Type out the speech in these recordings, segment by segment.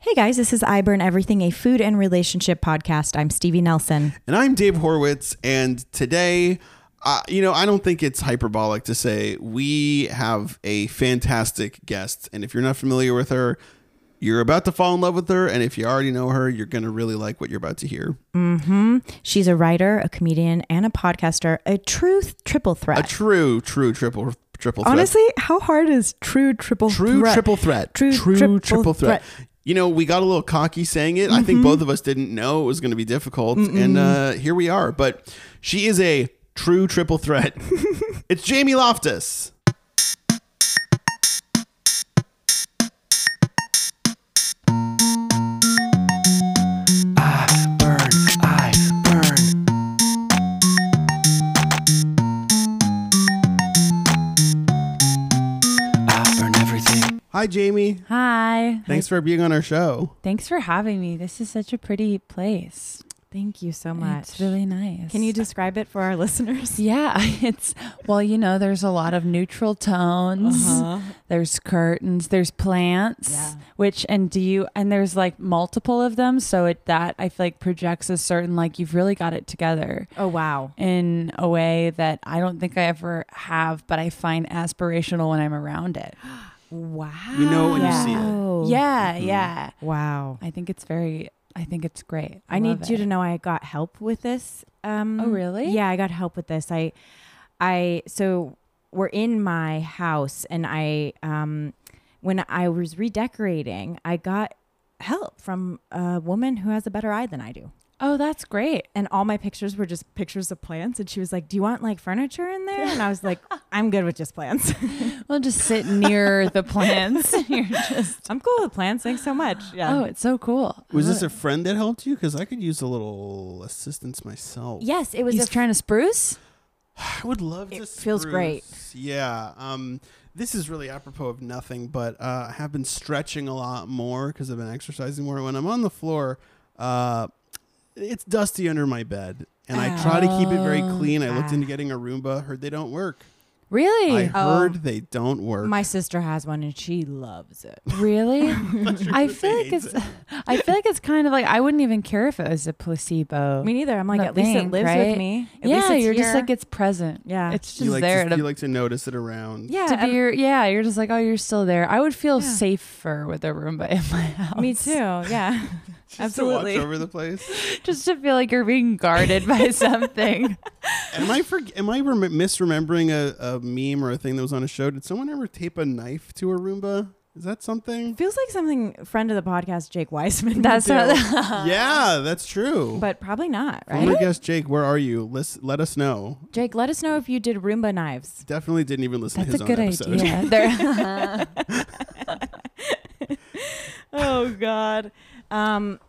Hey guys, this is I Burn Everything, a food and relationship podcast. I'm Stevie Nelson. And I'm Dave Horwitz. And today, uh, you know, I don't think it's hyperbolic to say we have a fantastic guest. And if you're not familiar with her, you're about to fall in love with her. And if you already know her, you're going to really like what you're about to hear. She's a writer, a comedian, and a podcaster, a true th- triple threat. A true, true triple triple threat. Honestly, how hard is true triple true threat? triple threat. True triple true triple threat. You know, we got a little cocky saying it. I Mm-hmm. think both of us didn't know it was going to be difficult, and uh, here we are. But she is a true triple threat. it's Jamie Loftus. burn, I burn. I burn everything. Hi, Jamie. Hi. Thanks for being on our show. Thanks for having me. This is such a pretty place. Thank you so much. It's really nice. Can you describe it for our listeners? Yeah, it's well, you know, there's a lot of neutral tones. There's curtains, there's plants, Uh-huh. Yeah. which and do you and there's like multiple of them, so it that I feel like projects a certain like you've really got it together Oh wow. in a way that I don't think I ever have, but I find aspirational when I'm around it. Wow. Mm-hmm. You Oh, know when you see it. Yeah, yeah. Wow. I think it's very I think it's great. I, need you to know I got help with this. Um, Oh, really? Yeah, I got help with this. I, I so we're in my house, and I, um, when I was redecorating, I got help from a woman who has a better eye than I do. Oh, that's great. And all my pictures were just pictures of plants, and she was like, "Do you want like furniture in there?" And I was like, "I'm good with just plants. We'll just sit near the plants. You're just I'm cool with plants. Thanks so much." Yeah. oh, it's so cool. Was this a friend that helped you? Because I could use a little assistance myself. yes, it was. He's a trying to spruce. I would love It to. feels great. spruce. Yeah. Um, this is really apropos of nothing, but uh, I have been stretching a lot more because I've been exercising more. When I'm on the floor, uh, it's dusty under my bed, and I try to keep it very clean. I looked Ah. into getting a Roomba, heard they don't work. I Really? Oh. heard they don't work. my sister has one, and she loves it. really? I that they feel like hate it's I feel like it's kind of like I wouldn't even care if it was a placebo. Me neither. I'm like, No, at least it thanks, lives with right? me. At yeah, least it's you're just here. like it's present. Yeah. It's just you like there to, to, you like to notice it around. yeah. to and be your yeah, you're just like, oh, you're still there. I would feel Yeah. safer with a Roomba in my house. me too. Yeah, Just absolutely. To watch over the place. Just to feel like you're being guarded by something. Am I for, am I rem- misremembering a, a meme or a thing that was on a show? Did someone ever tape a knife to a Roomba? Is that something? Feels like something friend of the podcast, Jake Weisman. would That's do, what yeah, that's true. but probably not, I'm right? gonna guess Jake. Where are you? Let's let us know. Jake, let us know if you did Roomba knives. Definitely didn't even listen That's to a his good own episode. idea. There- Oh God. Um.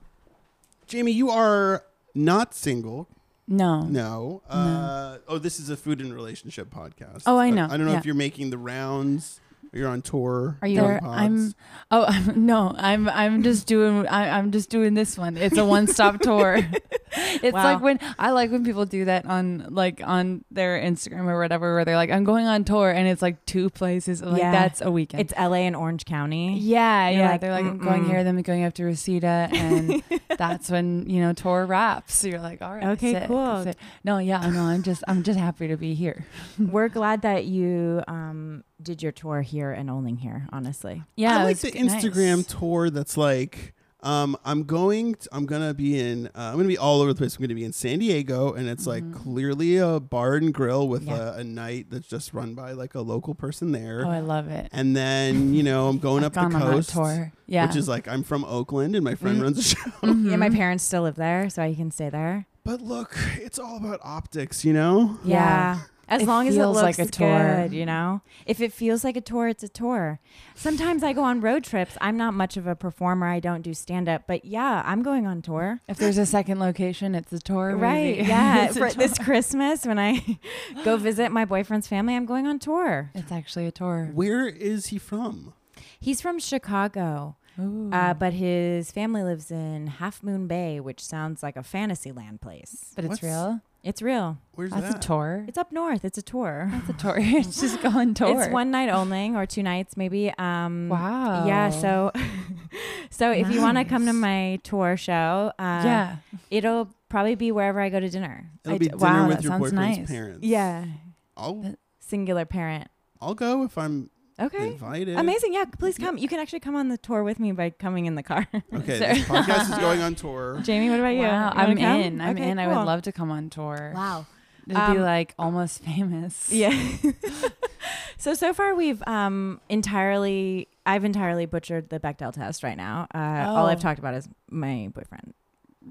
Jamie, you are not single. no. No. Uh, Oh, this is a food and relationship podcast. Oh, I But know. I don't know Yeah. if you're making the rounds. Or you're on tour. Are you? on There, pods. I'm. Oh I'm- no, I'm. I'm just doing. I, I'm just doing this one. It's a one-stop tour. it's Wow. like when I like when people do that on like on their Instagram or whatever, where they're like, "I'm going on tour," and it's like two places. I'm Like Yeah. that's a weekend. It's L.A. and Orange County. yeah, You're yeah. like, they're like I'm "Mm-mm." going here, then going up to Reseda, and that's when you know tour wraps. So you're like, all right, Okay, sick, cool. sick." No, yeah, no, I'm just, I'm just happy to be here. We're glad that you um did your tour here and only here. Honestly. Yeah, I it like was the g- nice. Instagram tour that's like, um, I'm going, t- I'm gonna be in, uh, I'm gonna be all over the place. I'm gonna be in San Diego, and it's Mm-hmm. like clearly a bar and grill with Yeah. a, a night that's just run by like a local person there. Oh, I love it. and then you know, I'm going up the Gone on a coast, tour. Yeah. Mm-hmm. which is like I'm from Oakland, and my friend runs a show. Yeah, my parents still live there, so I can stay there. But look, it's all about optics, you know. Yeah. Yeah. As It long as it feels looks like a tour. good, you know. If it feels like a tour, it's a tour. Sometimes I go on road trips. I'm not much of a performer. I don't do stand up, but yeah, I'm going on tour. If there's a second location, it's a tour. Right? maybe. Yeah. it's, a For tour. this Christmas, when I go visit my boyfriend's family, I'm going on tour. It's actually a tour. Where is he from? He's from Chicago, Ooh. uh, but his family lives in Half Moon Bay, which sounds like a Fantasyland place. but it's what's real. It's real. Where's That's that? a tour. It's up north. It's a tour. It's a tour. it's just going tour. It's one night only, or two nights maybe. Um, Wow. Yeah, so So if you want to Oh. Nice. come to my tour show, uh, yeah. it'll probably be wherever I go to dinner. It'll I be d- dinner wow, with that your sounds boyfriend's nice. parents. Yeah, I'll singular parent. I'll go if I'm Okay. invited. Amazing. Yeah, please come. You can actually come on the tour with me by coming in the car. Okay, Sorry. this podcast is going on tour. Jamie, what about you? Wow, You wanna I'm come? in. I'm Okay, in. I would cool. love to come on tour. Wow. It'd be Um, like almost famous. Yeah. so so far we've um entirely I've entirely butchered the Bechdel test right now. Uh, All I've Oh. talked about is my boyfriend.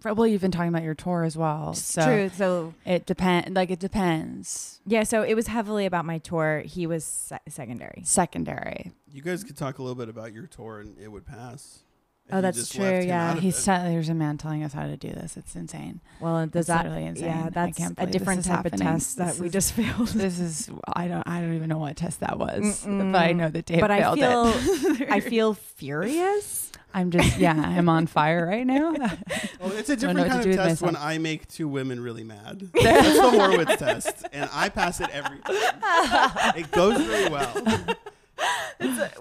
Well, you've been talking about your tour as well. So So it depend. Like it depends. yeah. So it was heavily about my tour. He was se- secondary. Secondary. You guys could talk a little bit about your tour, and it would pass. If Oh, you that's just true, left him yeah. out of He's it. set, there's a man telling us how to do this. It's insane. Well, does That's that literally insane. yeah? I That's can't a believe this different is type of happening. test that This we is- just failed. This is I don't I don't even know what test that was, but I Mm-mm. know that Dave But I failed feel it. I feel furious. I'm just yeah, I'm on fire right now. Well, Oh, it's a Don't know different what kind to of do with test when I make two women really mad. That's the Horowitz test, and I pass it every time. It goes really well.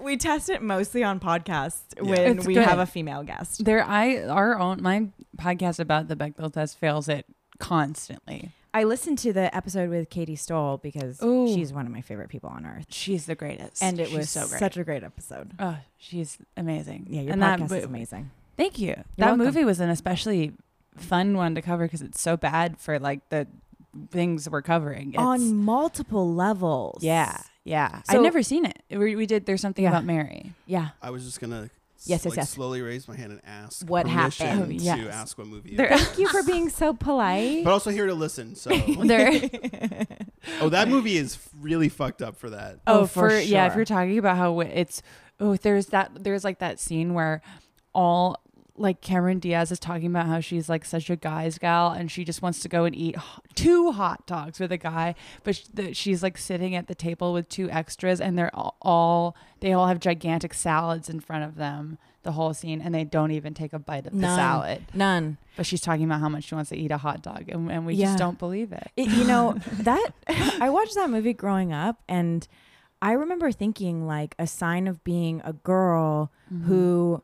we test it mostly on podcasts Yeah. when It's we good. have a female guest. There I our own my podcast about the Bechdel test fails it constantly. I listened to the episode with Katie Stoll because Ooh. she's one of my favorite people on earth. She's the greatest. and it She's was so great. such a great episode. oh, she's amazing. Yeah, your and that podcast is mo- amazing. Thank you. that welcome. movie was an especially fun one to cover because it's so bad for like the things we're covering. It's, On multiple levels. yeah, yeah. So- I've never seen it. We, we did. There's something Yeah. about Mary. Yeah. I was just gonna s- Yes, yes, like, yes. slowly raise my hand and ask What permission happened? to Oh, yes. ask what movie. There- it was. Thank you for being so polite. But also here to listen. So, There. oh, that movie is f- really fucked up for that. Oh, Oh, for for, yeah. If sure. you're talking about how wi- it's oh, there's that there's like that scene where all like Cameron Diaz is talking about how she's like such a guy's gal and she just wants to go and eat h- two hot dogs with a guy, but sh- the, she's like sitting at the table with two extras and they're all, all they all have gigantic salads in front of them the whole scene and they don't even take a bite of the None. salad. None. But she's talking about how much she wants to eat a hot dog and, and we Yeah. just don't believe it. It- you know, that I watched that movie growing up and I remember thinking like a sign of being a girl Mm-hmm. who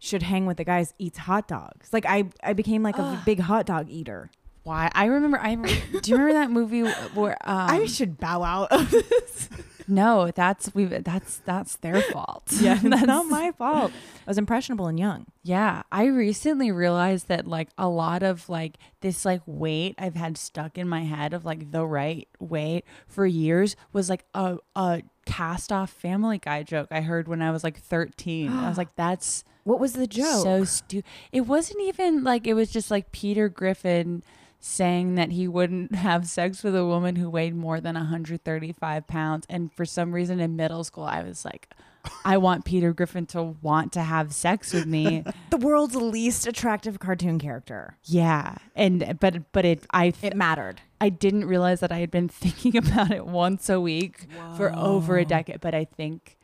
should hang with the guys eats hot dogs. Like I I became like a big hot dog eater. Why? I remember. I do you remember that movie where um, I should bow out of this. No, that's we. That's that's their fault. Yeah, it's That's- not my fault. I was impressionable and young. Yeah, I recently realized that like a lot of like this like weight I've had stuck in my head of like the right weight for years was like a a cast off Family Guy joke I heard when I was like thirteen. I was like, that's What was the joke? so stupid. It wasn't even like it was just like Peter Griffin saying that he wouldn't have sex with a woman who weighed more than 135 pounds. And for some reason in middle school, I was like, I want Peter Griffin to want to have sex with me. the world's least attractive cartoon character. yeah. And but but it I It mattered. I didn't realize that I had been thinking about it once a week for over a decade. But I think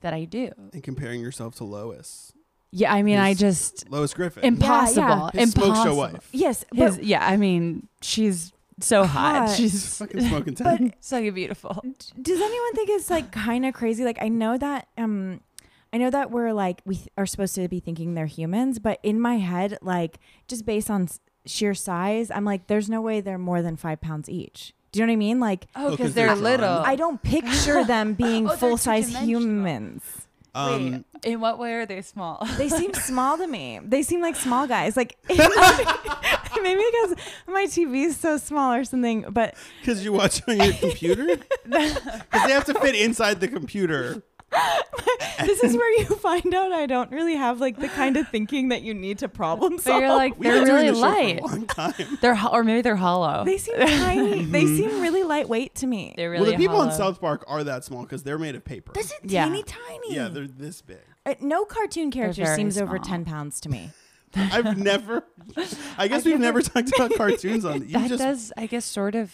that I do. And comparing yourself to Lois, Yeah. I mean, I His- just Lois Griffin, impossible. his impossible. smoke show wife. Yes, but His, yeah, I mean, she's so hot. Oh, Hot. She's fucking smoking time. so beautiful. does anyone think it's like kind of crazy? Like I know that um I know that we're like we th- are supposed to be thinking they're humans, but in my head, like just based on s- sheer size, I'm like, there's no way they're more than five pounds each. Do you know what I mean? Like Oh, 'cause they're they're little. Oh. I don't picture them being Oh, they're full size two-dimensional. humans. Um, in what way are they small? They seem small to me. They seem like small guys. Like maybe because my TV is so small or something. But because you watch on your computer, because they have to fit inside the computer. this is where you find out I don't really have like the kind of thinking that you need to problem So solve. you're like We've they're been doing really this show for a light. long time. They're ho- or maybe they're hollow. they seem tiny. they seem really lightweight to me. Oh. Mm-hmm. They're well, really the people hollow. on South Park are that small because they're made of paper. This is Yeah. teeny tiny. yeah, they're this big. Uh, no cartoon character very seems over small. ten pounds to me. I've never. I guess we've never, talked about cartoons on. You that just does, I guess, sort of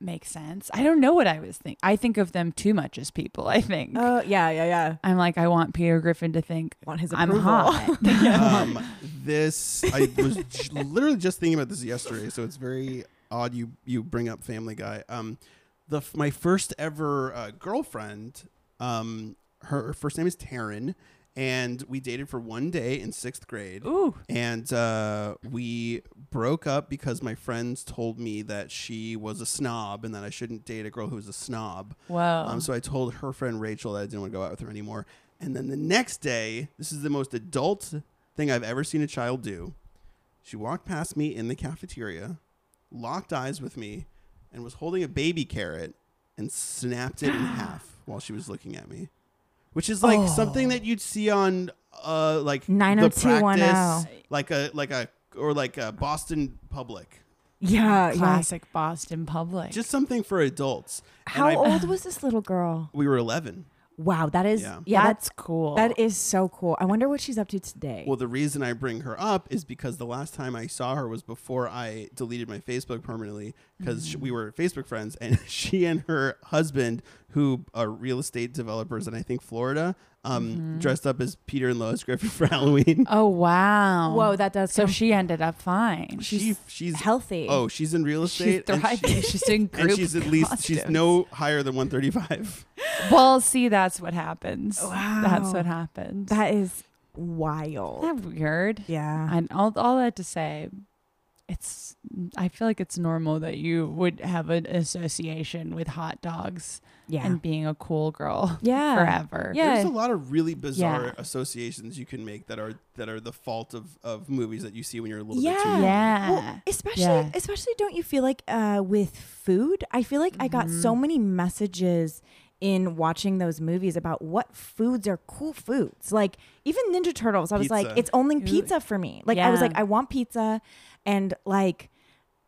make sense. I don't know what I was think. I think of them too much as people. I think Oh yeah, yeah, yeah. I'm like I want Peter Griffin to think Want his I'm approval. hot. um, this I was j- literally just thinking about this yesterday, so it's very odd you you bring up Family Guy. Um, the f- my first ever uh, girlfriend, um, her, her first name is Taryn, and we dated for one day in sixth grade. Ooh. And uh, we broke up because my friends told me that she was a snob and that I shouldn't date a girl who was a snob. Whoa. Um, so I told her friend Rachel that I didn't want to go out with her anymore. And then the next day, this is the most adult thing I've ever seen a child do. She walked past me in the cafeteria, locked eyes with me, and was holding a baby carrot and snapped it in half while she was looking at me, which is like something that you'd see on uh like the 90210. practice, like a like a or like a Boston Public, Yeah, yeah. Classic Boston public. just something for adults. And How I- old was this little girl? We were eleven. Wow, that is Yeah. yeah, that's that's cool. that is so cool. I wonder what she's up to today. Well, the reason I bring her up is because the last time I saw her was before I deleted my Facebook permanently because Mm. we were Facebook friends, and she and her husband, who are real estate developers in I think Florida, um, Mm-hmm. dressed up as Peter and Lois Griffin for Halloween. oh wow. um, Whoa, that does So come- she ended up fine. she she's healthy. Oh, she's in real She's estate. and she- thriving. she's doing group and she's at least she's costumes. no higher than 135. Well, see, that's what happens. Oh, Wow. That's what happens. That is wild. Isn't that weird. yeah. And all all that to say, it's I feel like it's normal that you would have an association with hot dogs yeah. and being a cool girl yeah. forever. Yeah. There's a lot of really bizarre Yeah. associations you can make that are that are the fault of of movies that you see when you're a little bit too Yeah. young. Yeah. Well, especially Uh, Yeah. especially don't you feel like uh with food? I feel like I got Mm-hmm. so many messages in watching those movies about what foods are cool foods. Like even Ninja Turtles, I was like Pizza. it's only pizza for me. Like I was Yeah. like I want pizza and like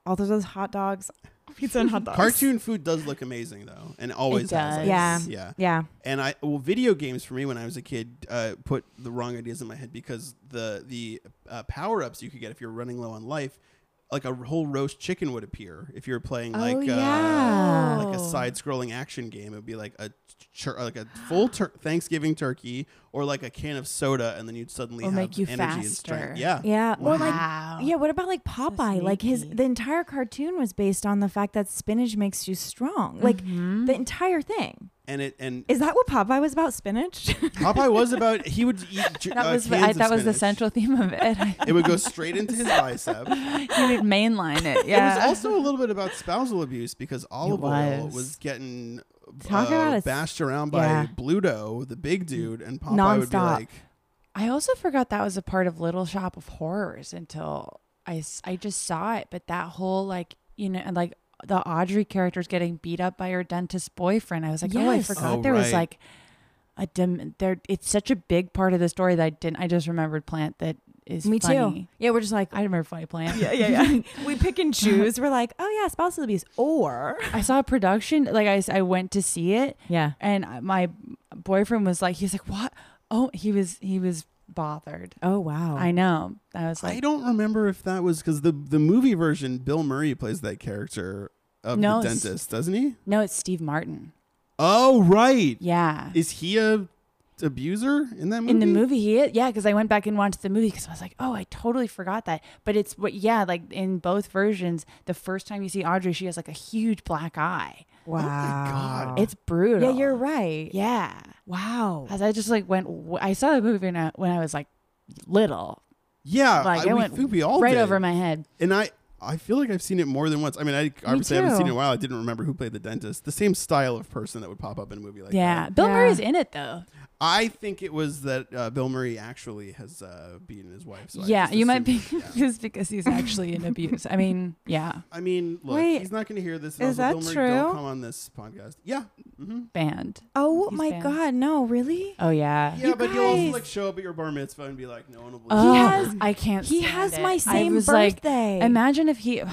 all those, those hot dogs, pizza and hot dogs. Cartoon food does look amazing though, and always has. I does. Yeah. guess. yeah, Yeah. And I well, video games for me when I was a kid uh, put the wrong ideas in my head because the the uh, power ups you could get if you're running low on life, like a whole roast chicken would appear if you were playing Oh, like yeah. uh, like a side scrolling action game. It'd be like a tur- like a full tur- Thanksgiving turkey or like a can of soda, and then you'd suddenly Or have make you energy and faster. strength. Yeah, Yeah. Or Wow. like yeah, what about like Popeye? Like his sneaky. the entire cartoon was based on the fact that spinach makes you strong. Mm-hmm. Like the entire thing. and it and Is that what Popeye was about? Spinach? Popeye was about he would eat ju- That uh, was cans I, of that was the spinach. central theme of it. It would go straight into his bicep. you would mainline it. It Yeah. was also a little bit about spousal abuse because olive oil was. was getting Talk uh, about a s- bashed around by yeah. Bluto, the big dude, and Popeye would be Nonstop. like, I also forgot that was a part of Little Shop of Horrors until I, s- I just saw it. But that whole like you know and, like the Audrey character's getting beat up by her dentist boyfriend. I was like, oh, I Yes. forgot Oh, there was right. like a dim. There, it's such a big part of the story that I didn't. I just remembered Plant that is Me funny. too. Yeah, we're just like I remember Funny Plant. yeah, yeah, yeah. we pick and choose. We're like, oh yeah, spousal abuse or I saw a production. Like I, s- I went to see it. yeah, and I- my boyfriend was like, he's like, what? Oh, he was he was bothered. oh wow, I know. I was I like, don't remember if that was because the the movie version, Bill Murray plays that character of No, the it's- dentist, doesn't he? no, it's Steve Martin. Oh, right. Yeah. Is he a abuser in that movie? In the movie, he is. Yeah, because I went back and watched the movie because I was like, oh, I totally forgot that. But it's what, yeah, like in both versions, the first time you see Audrey, she has like a huge black eye. wow, God. It's brutal. Ah. yeah, you're right. Yeah. Wow, As I just like went, w- I saw the movie when I, when I was like little. Yeah, Like I, we, it went think we all right did. over my head. and I. I feel like I've seen it more than once. I mean, I obviously haven't too. seen it in a while. I didn't remember who played the dentist. The same style of person that would pop up in a movie like that. Yeah. Bill Yeah. Murray's in it though. I think it was that uh, Bill Murray actually has uh, beaten his wife. So I yeah, just you might be assumed- yeah. confused because he's actually in abuse. I mean, yeah, I mean, look, Wait, he's not going to hear this. is Is that Bill Murray Don't true? come on this podcast. Yeah, hmm banned. oh He's my banned. God, no, really. Oh yeah. yeah, but he'll also guys. like show up at your bar mitzvah and be like, "No one will believe." Oh, He you." has- I can't. He stand has it. my I same was like, "Oh birthday. imagine if he.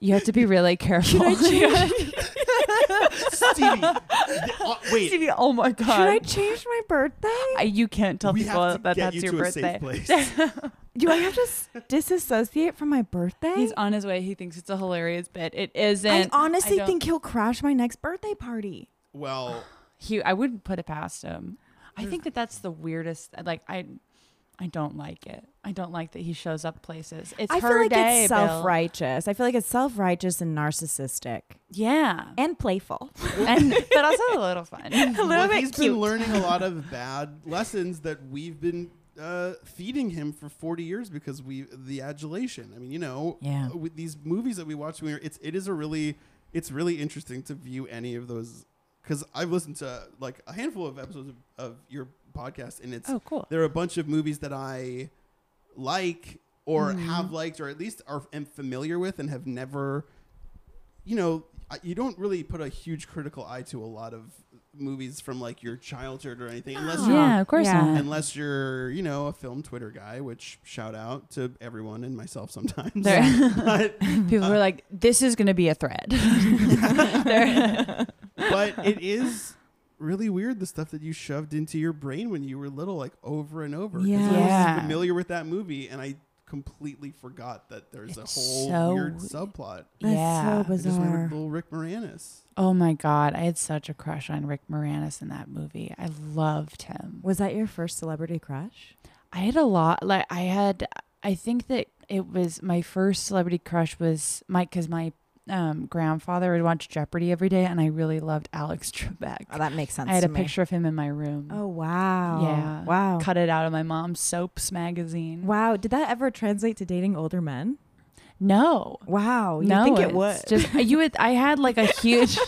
You have to be really careful. Stevie, th- uh, wait, oh my god! Should I change my birthday? I- you can't tell we people have to that get that's you your to birthday. a safe place. Do I have to s- disassociate from my birthday? He's on his way. He thinks it's a hilarious bit. It isn't. I honestly don't- think he'll crash my next birthday party. well, he. I wouldn't put it past him. I think that that's the weirdest. Like I, I don't like it. I don't like that he shows up places. It's I her feel like day, it's Bill. self righteous. I feel like it's self righteous and narcissistic Yeah, and playful. and but also a little fun. well, he's been learning a lot of bad lessons that we've been uh, feeding him for 40 years because we the adulation. I mean, you know, Yeah. with these movies that we watch, we are, it's it is a really it's really interesting to view any of those because I've listened to like a handful of episodes of, of your podcast, and it's Oh, cool. there are a bunch of movies that I like or Hmm. have liked or at least are am familiar with and have never you know I- you don't really put a huge critical eye to a lot of movies from like your childhood or anything unless you're Yeah, of course Yeah. not. unless you're you know a film twitter guy which shout out to everyone and myself sometimes There- but, people were like, "This is going to be a thread." but it is really weird the stuff that you shoved into your brain when you were little like over and over 'Cause I was Yeah. familiar with that movie and i completely forgot that there's It's a whole so weird weird. subplot That's yeah. so I just remembered bizarre. little rick moranis oh my god, I had such a crush on Rick Moranis in that movie. I loved him. Was that your first celebrity crush? I had a lot. Like I had, I think that it was my first celebrity crush was my because my um, grandfather would watch Jeopardy every day, and I really loved Alex Trebek. Oh, that makes sense. I had to a me. picture of him in my room. Oh wow. Yeah. Wow. Cut it out of my mom's soaps magazine. Wow. Did that ever translate to dating older men? No. Wow. Oh, You no, think it it's would? Just you would. I had like a huge.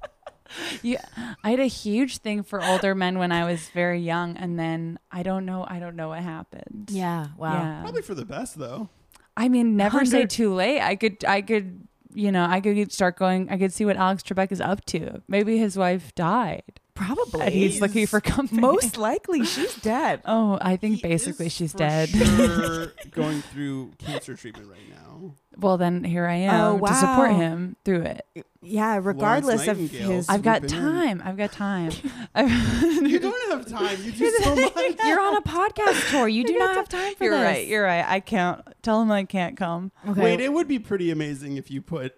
yeah, I had a huge thing for older men when I was very young, and then I don't know. I don't know what happened. yeah. Wow. Yeah. probably for the best though I mean, never say Hundred- too late. I could, I could, you know, I could start going. I could see what Alex Trebek is up to. Maybe his wife died. Probably. And he's looking for company. Most likely, she's dead. Oh, I think He basically is she's for dead. sure going through cancer treatment right now. well, then here I am Oh, to support wow. him through it. Yeah. Regardless of Nightingale. his. I've got Swooping in. time. I've got time. You don't have time. You do so much. You're on a podcast tour. You do not have time for you're this. right. You're right. I can't tell him I can't come. okay. Wait, it would be pretty amazing if you put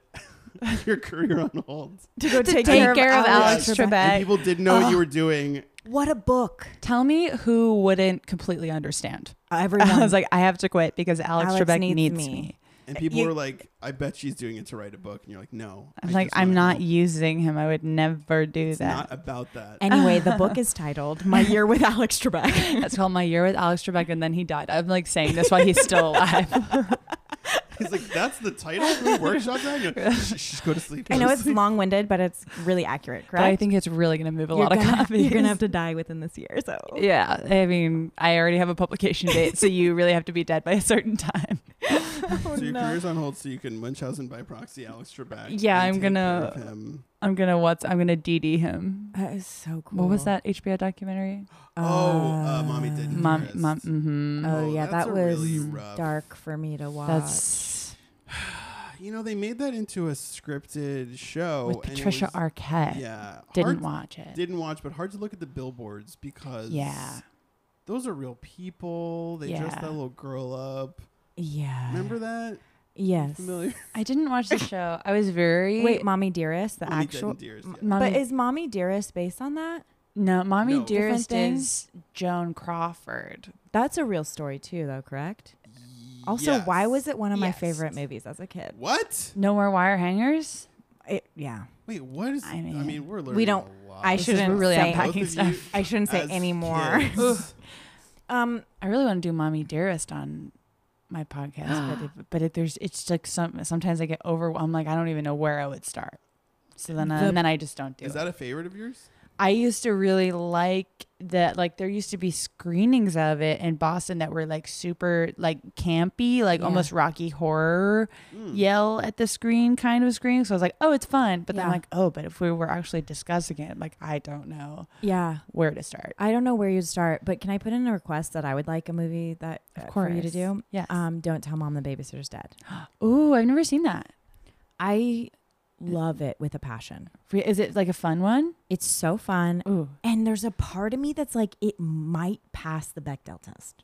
your career on hold. to go take, take care of Alex Yes. Trebek. And people didn't know what uh, you were doing. What a book. Tell me who wouldn't completely understand. Uh, Everyone. I was like, I have to quit because Alex, Alex Trebek needs needs, me. me. Eh, And people You- were like, I bet she's doing it to write a book. And you're like, no. I'm like, just I'm wanna not help." using him. I would never do It's that. not about that. anyway, the book is titled "My Year with Alex Trebek." That's called my year with Alex Trebek, and then he died. I'm like saying this while he's still alive. He's like, that's the title of the workshop now? And you're like, "Shh, shh, go to sleep. I go know to it's sleep." long-winded, but it's really accurate. but Correct. I think it's really gonna move a you're lot gonna, of copies. You're gonna have to die within this year. So Yeah, I mean, I already have a publication date, so you really have to be dead by a certain time. Oh, So your career's on hold so you can Munchausen by proxy Alex Trebek. Yeah, and I'm take gonna- care of him. I'm gonna what's I'm gonna DD him. that is so cool. What was that HBO documentary? Oh, uh, mommy didn't. uh, Mom, Yes. mom. Mm-hmm. Oh, Oh, yeah, that's that a was really rough- dark for me to watch. That's You know, they made that into a scripted show. with Oh, and it Patricia was- Arquette. Yeah. Didn't hard- watch it. Didn't watch, but hard to look at the billboards because Yeah. those are real people. They dressed Yeah. that little girl up. yeah. Remember that? Yes. Familiar? I didn't watch the show. I was very Wait, Mommy Dearest, the Mommy Dead actual. and Dearest, M- yeah. Mommy, But is Mommy Dearest based on that? no, Mommy No. Different Dearest thing? is Joan Crawford. That's a real story too, though. Correct. Also, why Yes. was it one of my Yes. favorite movies as a kid? What? No more wire hangers. It, yeah. Wait, what is? I I mean, mean, we're learning. don't- A lot. I This is- shouldn't we're really say- Both unpacking of stuff. you I shouldn't say as any more. kids. Um, I really want to do Mommy Dearest on my podcast, but if, but if there's it's like some sometimes I get overwhelmed. Like I don't even know where I would start. So then, I, The- and then I just don't do is it. that a favorite of yours? I used to really like that. Like there used to be screenings of it in Boston that were like super like campy, like Yeah. almost Rocky Horror Hmm. yell at the screen kind of screen. So I was like, oh, it's fun. But then Yeah. I'm like, oh, but if we were actually discussing it, like I don't know yeah. where to start. I don't know where you'd start, but can I put in a request that I would like a movie that uh, for you to course. do? Yes. Um, don't tell mom the babysitter's dead. Uh, Ooh, I've never seen that. I love it with a passion. Re- Is it like a fun one? It's so fun. Ooh. And there's a part of me that's like, it might pass the Bechdel test.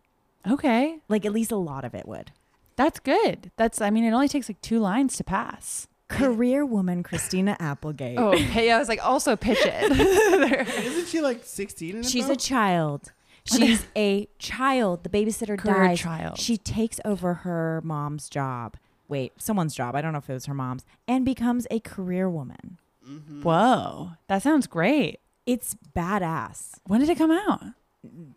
Okay. Like, at least a lot of it would. That's good. That's I mean, it only takes like two lines to pass. Career woman Christina Applegate. Oh, okay. I was like, also pitch it. Isn't she like sixteen? And She's a above? child. She's a child. The babysitter Career dies. child. She takes over her mom's job. Wait, someone's job. I don't know if it was her mom's, and becomes a career woman. Whoa, that sounds great. It's badass. When did it come out?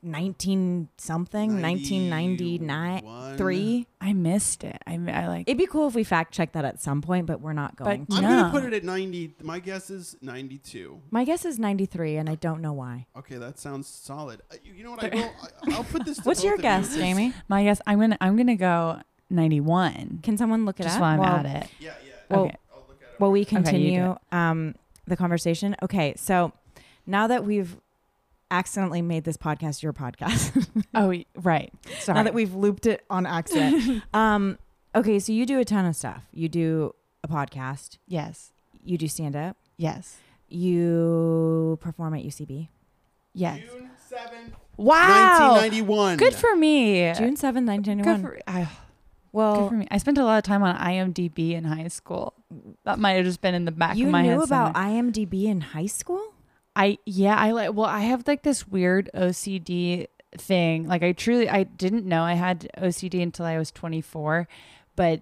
19 something, 1999, 91. three. I missed Mm. it. I, I like. It'd be cool if we fact check that at some point, but we're not going to. I'm No. gonna put it at ninety. My guess is ninety-two. My guess is 93, and I don't know why. Okay, that sounds solid. Uh, you, you know what? I will. I, I'll put this. To What's both your of you. guess, Jamie? my guess. I'm gonna. I'm gonna go 91. Can someone look it Just up? while I'm Well, at it. Yeah, yeah. Well, Okay. I'll look at it. while we you do continue um, the conversation. Okay, so now that we've accidentally made this podcast your podcast, Oh, y- right. Sorry. now that we've looped it on accident. um, okay, so you do a ton of stuff. You do a podcast. yes. You do stand up. Yes. You perform at UCB. Yes. June seventh, Wow. nineteen ninety-one. Good for me. June 7th, Good 1991. for, I, good for well, me. I spent a lot of time on IMDb in high school. That might have just been in the back you of my head. knew about somewhere. IMDb in high school? I yeah, I like well, I have like this weird OCD thing. Like I truly I didn't know I had OCD until I was 24, but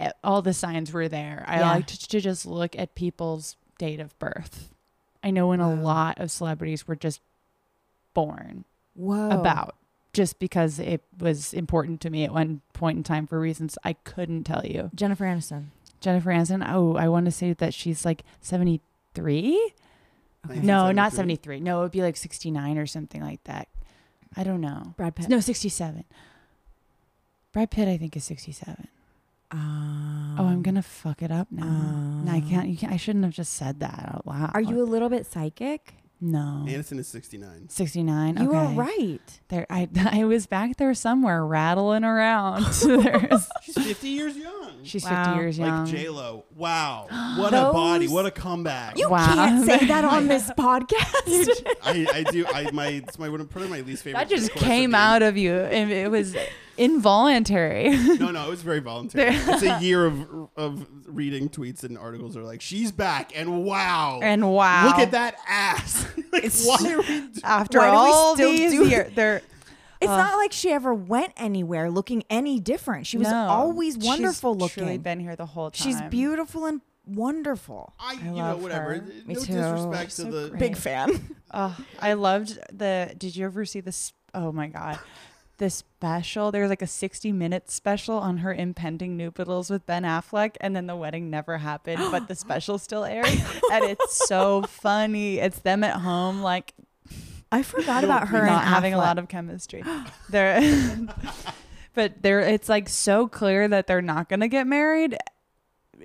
uh, all the signs were there. I Yeah. liked to just look at people's date of birth. I know when a Wow. lot of celebrities were just born Whoa. about just because it was important to me at one point in time for reasons I couldn't tell you. Jennifer Aniston. Jennifer Aniston, oh, I want to say that she's like 73. No, not 73. No, it would be like 69 or something like that. I don't know. Brad Pitt. No, 67. Brad Pitt, I think, is 67. Um, oh, I'm going to fuck it up now. no, I um, can't, you can't. I shouldn't have just said that out loud. Are you a little bit psychic? No. Anderson is sixty-nine. 69. You are Mm, okay. right. There, I, I was back there somewhere rattling around. There's, She's fifty years young. she's Wow. 50 years young. like J Lo. Wow, what a Those- body! What a comeback! You Wow. can't say that on this podcast. I, I do. I my it's my one probably my least favorite. that just request of came the- out of you. and It was involuntary. No, no, it was very voluntary. it's a year of of reading tweets and articles. Are like she's back and wow And wow. Look at that ass. like, why are we? Do- After Why do we all still these do it? years, they're it's not like she ever went anywhere looking any different. She was No. always She's wonderful Truly looking. been here the whole time. She's beautiful and wonderful. I, you know love whatever. her. No Me too. disrespect She's to so the great. Big fan. Oh, I loved the. Did you ever see this? Oh my god, the special. There was like a sixty-minute special on her impending noodles with Ben Affleck, and then the wedding never happened, but the special still aired, and it's so funny. It's them at home, like I forgot about her not and having a Affleck. lot of chemistry. They're, but they're it's like so clear that they're not gonna get married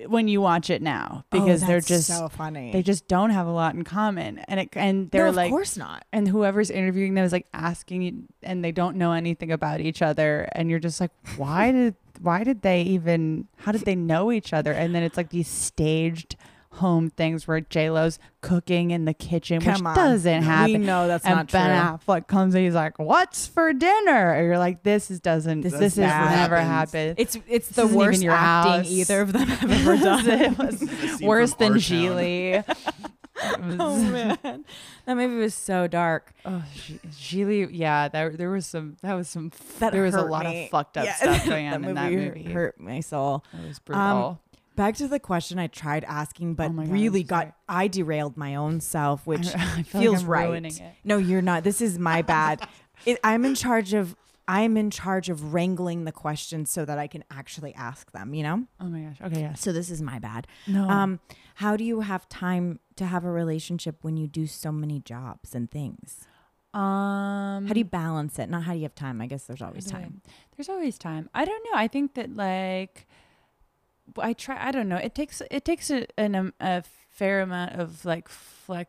when you watch it now Oh, because they're that's just so funny. they just don't have a lot in common, and it and Mm. no, they're of like course not. and whoever's interviewing them is like asking you and they don't know anything about each other and you're just like why did why did they even how did they know each other and then it's like these staged home things where j-lo's cooking in the kitchen which Come on. doesn't happen We know that's and not ben true. affleck comes and he's like what's for dinner and you're like this is doesn't this, This is is bad. never Happens. happened It's it's isn't the even worst your acting house. either of them have ever done. it was the scene worse from than Our Town. Geely. It was- oh man, that movie was so dark. Oh, G- Gigli, yeah, there there was some that was some That there was a hurt lot me. of fucked up Yeah, stuff going on that in that movie. Hurt Um, my soul. It was brutal. brutal. Back to the question I tried asking, but Oh my God, I'm really so got sorry. I derailed my own self, which I feel like feels I'm right. ruining it. No, you're not. This is my bad. it, I'm in charge of I'm in charge of wrangling the questions so that I can actually ask them. You know, oh my gosh. Okay, yes. Oh. so this is my bad. No. Um, how do you have time to have a relationship when you do so many jobs and things? Um, How do you balance it? Not how do you have time. I guess there's always Either way. time. There's always time. I don't know. I think that like w- I try. I don't know. It takes it takes a, an, um, a fair amount of like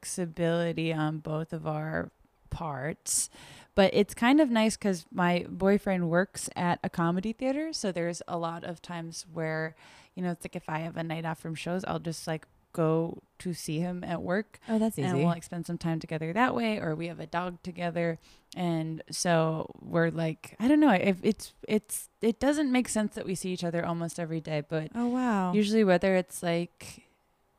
flexibility on both of our parts, but it's kind of nice because my boyfriend works at a comedy theater, so there's a lot of times where you know it's like if I have a night off from shows, I'll just like go to see him at work Oh, that's easy. and we'll like spend some time together that way or we have a dog together and so we're like i don't know if it's it's it doesn't make sense that we see each other almost every day but oh wow. usually whether it's like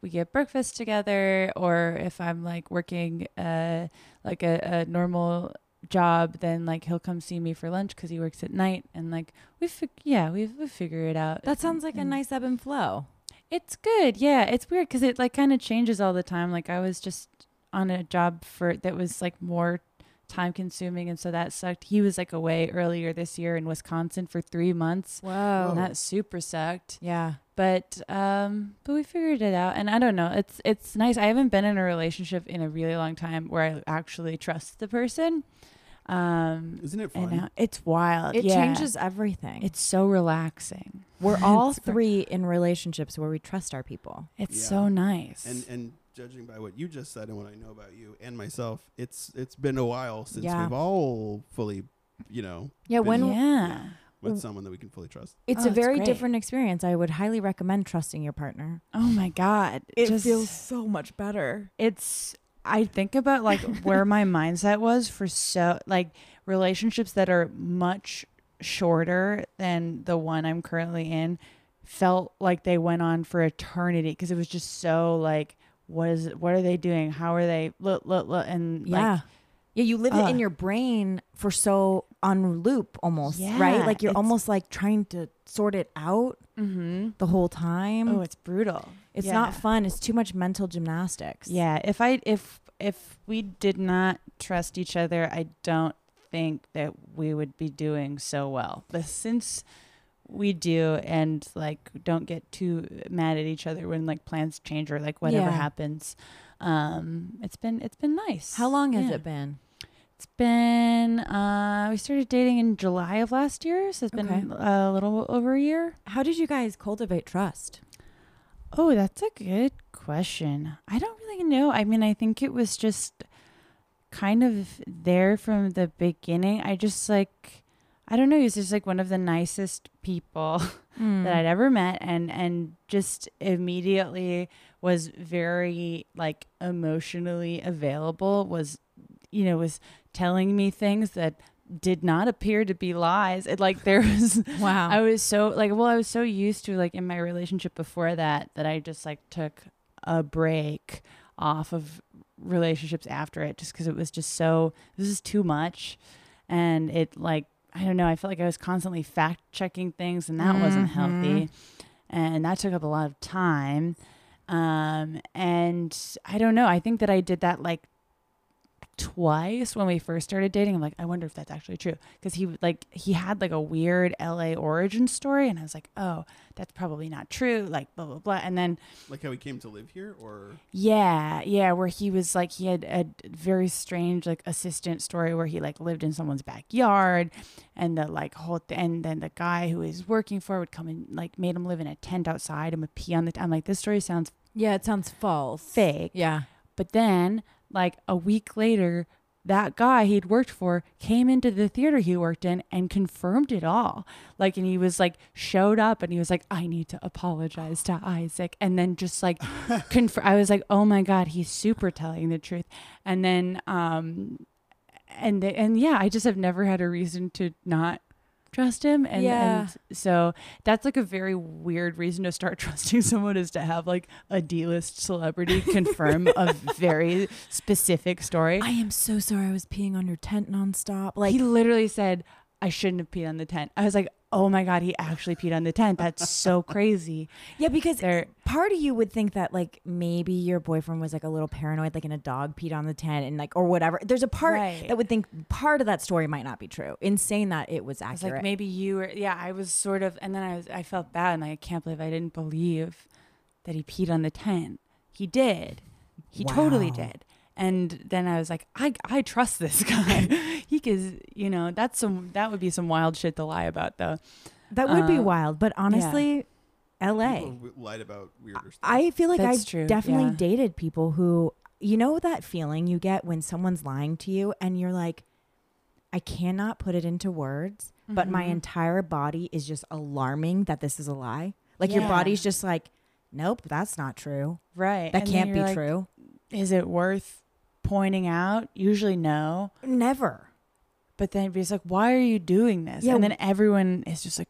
we get breakfast together or if i'm like working uh like a, a normal job, then like he'll come see me for lunch because he works at night, and like we, fig- yeah, we we figure it out. That sounds Mm. like a nice ebb and flow. It's good. Yeah, it's weird because it like kind of changes all the time. Like I was just on a job for that was like more time consuming, and so that sucked. He was like away earlier this year in Wisconsin for three months, Whoa. and that super sucked. yeah. But um, but we figured it out, and I don't know. It's it's nice. I haven't been in a relationship in a really long time where I actually trust the person. Um, Isn't it and fun? now it's wild. It yeah. changes everything. It's so relaxing. We're all It's fr- three in relationships where we trust our people. It's Yeah. so nice. and and judging by what you just said and what I know about you and myself, it's it's been a while since Yeah. we've all fully, you know, Yeah, when been yeah. Mm. with someone that we can fully trust. it's Oh, a it's very great. different experience. I would highly recommend trusting your partner. Oh my god. Just- so much better. it's I think about like where my mindset was for so like relationships that are much shorter than the one I'm currently in felt like they went on for eternity because it was just so like what is what are they doing how are they look look look and Yeah. like yeah, you live it in Ugh. your brain for so on loop almost, right? Yeah, Like you're it's- almost like trying to sort it out mm-hmm. the whole time. oh it's brutal it's Yeah. not fun. It's too much mental gymnastics. Yeah, if I if if we did not trust each other, I don't think that we would be doing so well. But since we do and like don't get too mad at each other when like plans change or like whatever Yeah. happens. Um it's been it's been nice. How long has Yeah. it been? It's been uh we started dating in July of last year, so it's been a little over a year. How did you guys cultivate trust? Oh, that's a good question. I don't really know. I mean, I think it was just kind of there from the beginning. I just like I don't know, he was just like one of the nicest people Hmm. Mm-hmm. that I'd ever met and and just immediately was very like emotionally available, was you know, was telling me things that did not appear to be lies. It like there was wow. I was so like, well, I was so used to like in my relationship before that that I just like took a break off of relationships after it just because it was just so this is too much, and it like I don't know. I felt like I was constantly fact checking things, and that wasn't healthy, and that took up a lot of time. Um, and I don't know. I think that I did that like twice when we first started dating. I'm like, I wonder if that's actually true because he like he had like a weird LA origin story, and I was like, oh, that's probably not true. Like blah blah blah, and then Like how we came to live here, or yeah, yeah, where he was like he had a very strange like assistant story where he like lived in someone's backyard, and the like whole th- and then the guy who he was working for would come and like made him live in a tent outside and would pee on the. T- I'm like, this story sounds yeah, it sounds false. fake. Yeah. But then, like a week later, that guy he'd worked for came into the theater he worked in and confirmed it all. Like, and he was like, showed up and he was like, I need to apologize to Isaac. And then just like, confirm. I was like, oh my God, he's super telling the truth. And then, um, and, the, and yeah, I just have never had a reason to not trust him. And, Yeah. and so that's like a very weird reason to start trusting someone is to have like a D list celebrity confirm a very specific story. I am so sorry I was peeing on your tent nonstop. Like he literally said, I shouldn't have peed on the tent. I was like, oh my God, he actually peed on the tent. That's so crazy. Yeah, because They're- part of you would think that like maybe your boyfriend was like a little paranoid, like and a dog peed on the tent and like or whatever. There's a part Right. that would think part of that story might not be true. In saying that it was I was accurate. like, maybe you were, yeah, I was sort of, and then I was, I felt bad and like, I can't believe I didn't believe that he peed on the tent. He did. He totally Wow. did. And then I was like, I, I trust this guy. he can, you know, that's some, that would be some wild shit to lie about though. that would be uh, wild, but honestly, LA. people w- lied about weirder stuff. I feel like That's I've true, definitely yeah. dated people who you know that feeling you get when someone's lying to you and you're like I cannot put it into words, but my Mhm. entire body is just alarming that this is a lie. Like your Yeah. body's just like nope, that's not true. Right. That And then can't you're be like, true. Is it worth pointing out? Usually no. Never. But then it's like, why are you doing this? Yeah. And then everyone is just like,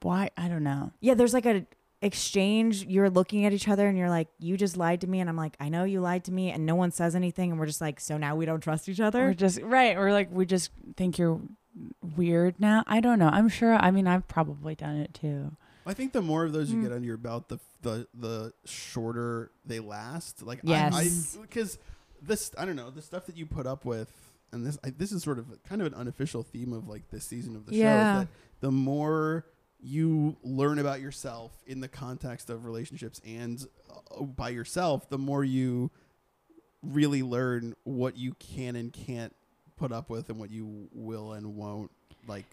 why? I don't know. Yeah, there's like a exchange you're looking at each other and you're like you just lied to me and i'm like i know you lied to me and no one says anything and we're just like so now we don't trust each We're other just right. We're like we just think you're weird now. I don't know. I'm sure. I mean, I've probably done it too. I think the more of those Mm. you get under your belt, the the the shorter they last. Like Yes. I because this I don't know the stuff that you put up with, and this I, this is sort of kind of an unofficial theme of like this season of the Yeah. show. Is that the more you learn about yourself in the context of relationships and uh, by yourself, the more you really learn what you can and can't put up with and what you will and won't like.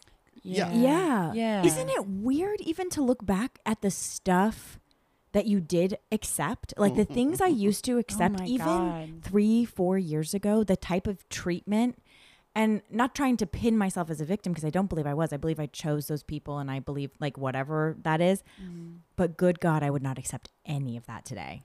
Yeah. yeah Yeah. isn't it weird even to look back at the stuff that you did accept like the things i used to accept Oh my even God. three four years ago the type of treatment and not trying to pin myself as a victim because i don't believe i was i believe i chose those people and i believe like whatever that is but good god i would not accept any of that today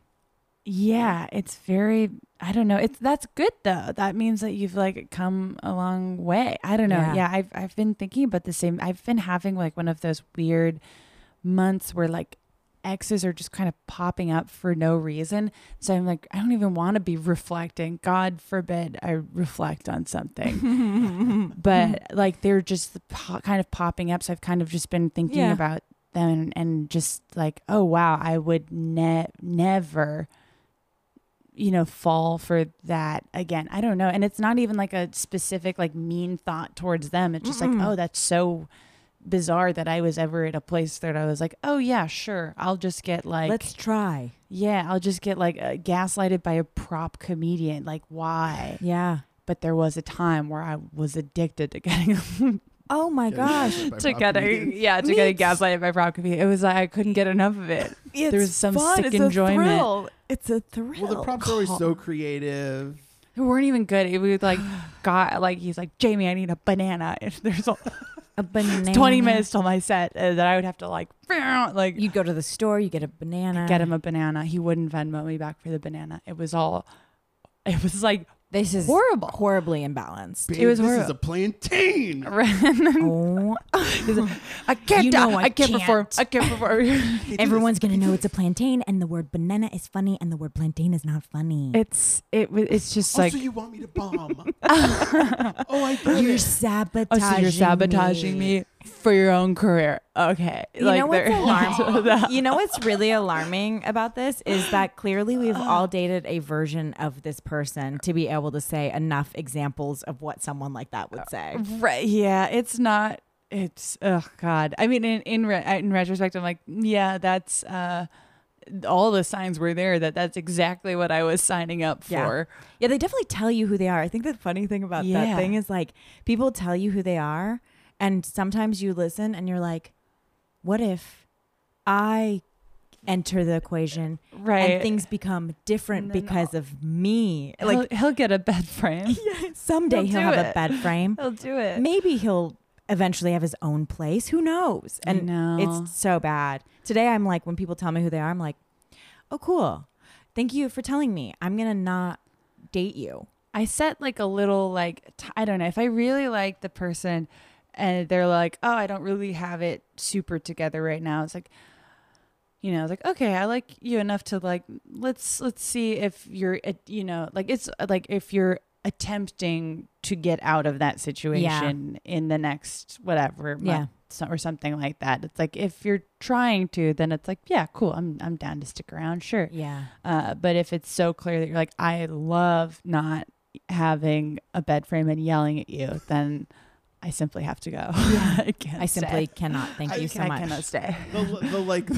Yeah, it's very I don't know. It's that's good though. That means that you've like come a long way. I don't know. Yeah. Yeah, I've I've been thinking about the same. I've been having like one of those weird months where like exes are just kind of popping up for no reason. So I'm like I don't even want to be reflecting. God forbid I reflect on something. Mm. but like they're just po- kind of popping up. So I've kind of just been thinking Yeah. about them and just like, oh wow, I would ne- never you know fall for that again i don't know and it's not even like a specific like mean thought towards them it's just like Mm-mm. oh that's so bizarre that i was ever at a place that i was like oh yeah sure i'll just get like let's try yeah i'll just get like uh, gaslighted by a prop comedian like why yeah but there was a time where i was addicted to getting oh my gosh to getting yeah to Me getting too. gaslighted by prop comedian it was like i couldn't get enough of it it's was some fun. sick it's enjoyment. a thrill. it's a thrill Well, the props are always so creative. They weren't even good. It was like, got like he's like Jamie, I need a banana. And there's a- a banana 20 minutes till my set uh, that I would have to like, like you go to the store you get a banana get him a banana. He wouldn't Venmo me back for the banana. It was all, it was like this is horrible. horribly imbalanced Babe, was this horrible. is a plantain. oh I can't. You know uh, I I can't perform. can't. I can't perform. Everyone's gonna know it's a plantain, and the word banana is funny, and the word plantain is not funny. it's it was. It's just Also, like you want me to bomb? oh, I get you're it. oh, sabotaging. so you're sabotaging me. for your own career. Okay. You know what's alarming? you know what's really alarming about this is that clearly we've all dated a version of this person to be able to say enough examples of what someone like that would say. Right. Yeah. It's not. It's oh god. I mean, in in re- in retrospect, I'm like, yeah, that's uh, all the signs were there that that's exactly what I was signing up Yeah. for. Yeah, they definitely tell you who they are. I think the funny thing about that Yeah. thing is like people tell you who they are, and sometimes you listen and you're like, what if I enter the equation Right. and things become different And then because of me? He'll- Like he'll, get a bed frame. someday he'll he'll, do have a it. bed frame. He'll do it. Maybe he'll eventually have his own place. Who knows? I And know. it's so bad. Today, I'm like, when people tell me who they are, I'm like, oh, cool. Thank you for telling me. I'm going to not date you. I set like a little like t- I don't know if I really like the person and they're like, "Oh, I don't really have it super together right now." It's like you know, it's like, "Okay, I like you enough to like let's let's see if you're uh, you know, like it's uh, like if you're attempting to get out of that situation in the next whatever month Yeah. so- or something like that. It's like if you're trying to, then it's like, "Yeah, cool. I'm I'm down to stick around." Sure. Yeah. Uh, but if it's so clear that you're like, I love not having a bed frame and yelling at you, then I simply have to go. I can't. I simply stay. cannot. Thank you I, so I much. cannot stay. the, the like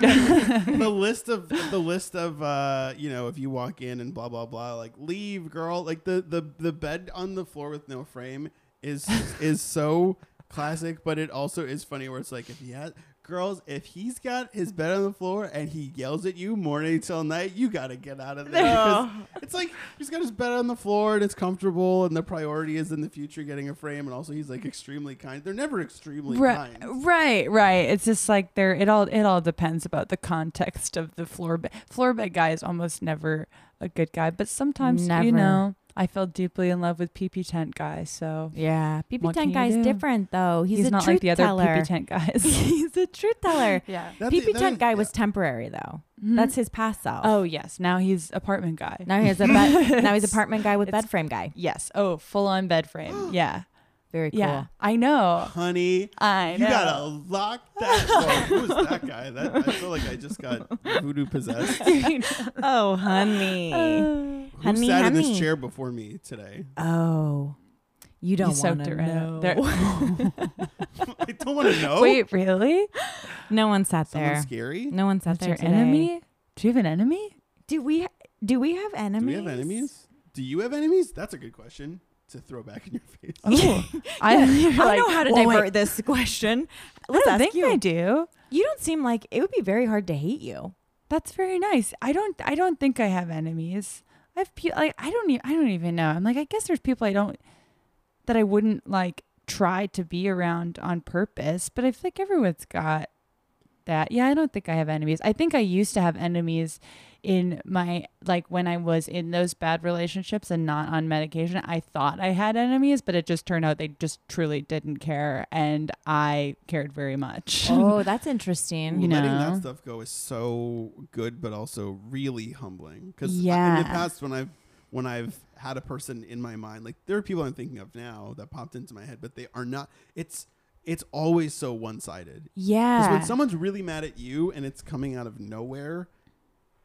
the list of the list of uh you know if you walk in and blah blah blah like leave girl like the the the bed on the floor with no frame is is so classic but it also is funny where it's like if he has girls if he's got his bed on the floor and he yells at you morning till night you gotta get out of there because it's like he's got his bed on the floor and it's comfortable and the priority is in the future getting a frame and also he's like extremely kind they're never extremely Right, kind right, right. It's just like there. It all it all depends about the context of the floor bed. Floor bed guy is almost never a good guy, but sometimes Never. you know I fell deeply in love with PP Tent guy. So Yeah, PP What can Tent you guy's do? different though. He's, he's, a not truth like the other teller. PP Tent guys. He's a truth teller. yeah. That- PP that Tent is- guy yeah. was temporary though. That's his past self. Hmm? Mm. Oh yes. Now he's apartment guy. now he's a bed, now he's It's- apartment guy with it's- bed frame guy. Yes. Oh, full on bed frame. yeah. Very cool. Yeah. I know. honey. I You know. Uh, gotta lock that. Whoa, who's that guy? That I feel like I just got voodoo possessed. Who Oh, honey. Uh. honey, sat honey. in this chair before me today? Oh. You don't you want soaked to it right know. up. There- I don't want to know. Wait, really? no one sat Someone there. scary? No one sat That's there your today. enemy? Do you have an enemy? Do we ha- do we have enemies? Do we have enemies? Do you have enemies? That's a good question to throw back in your face. Oh, I, I know how to divert this question. I Let's don't ask think you. I do. You don't seem like it would be very hard to hate you. That's very nice. I don't. I don't think I have enemies. I've pe- like I don't. Even, I don't even know. I'm like I guess there's people I don't that I wouldn't like try to be around on purpose. But I feel like everyone's got that. Yeah, I don't think I have enemies. I think I used to have enemies in my like when I was in those bad relationships and not on medication. I thought I had enemies, but it just turned out they just truly didn't care, and I cared very much. Oh, that's interesting. You letting know. that stuff go is so good, but also really humbling. Because in Yeah. the past, when I've when I've had a person in my mind, like there are people I'm thinking of now that popped into my head, but they are not. It's it's always so one sided. Because yeah. when someone's really mad at you and it's coming out of nowhere,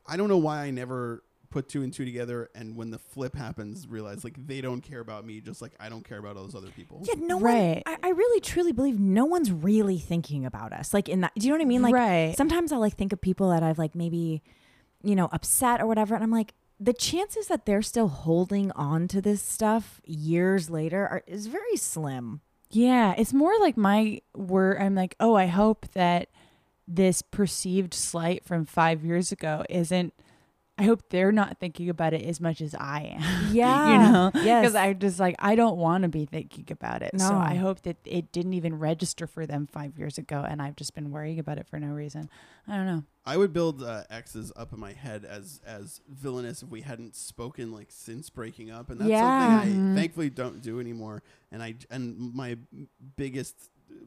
I don't know why I never put two and two together. And when the flip happens, realize like they don't care about me, just like I don't care about all those other people. yeah, no Right. one. I, I really truly believe no one's really thinking about us. Like in that, do you know what I mean? Like Right. sometimes I'll like think of people that I've like maybe, you know, upset or whatever, and I'm like, the chances that they're still holding on to this stuff years later are, is very slim. Yeah, it's more like my word. I'm like, oh, I hope that this perceived slight from five years ago isn't. I hope they're not thinking about it as much as I am. Yeah. you know, Yes. because I just like I don't want to be thinking about it. So No. I hope that it didn't even register for them five years ago, and I've just been worrying about it for no reason. I don't know. I would build uh, exes up in my head as as villainous if we hadn't spoken like since breaking up, and that's Yeah. something I Mm-hmm. thankfully don't do anymore. And I and my biggest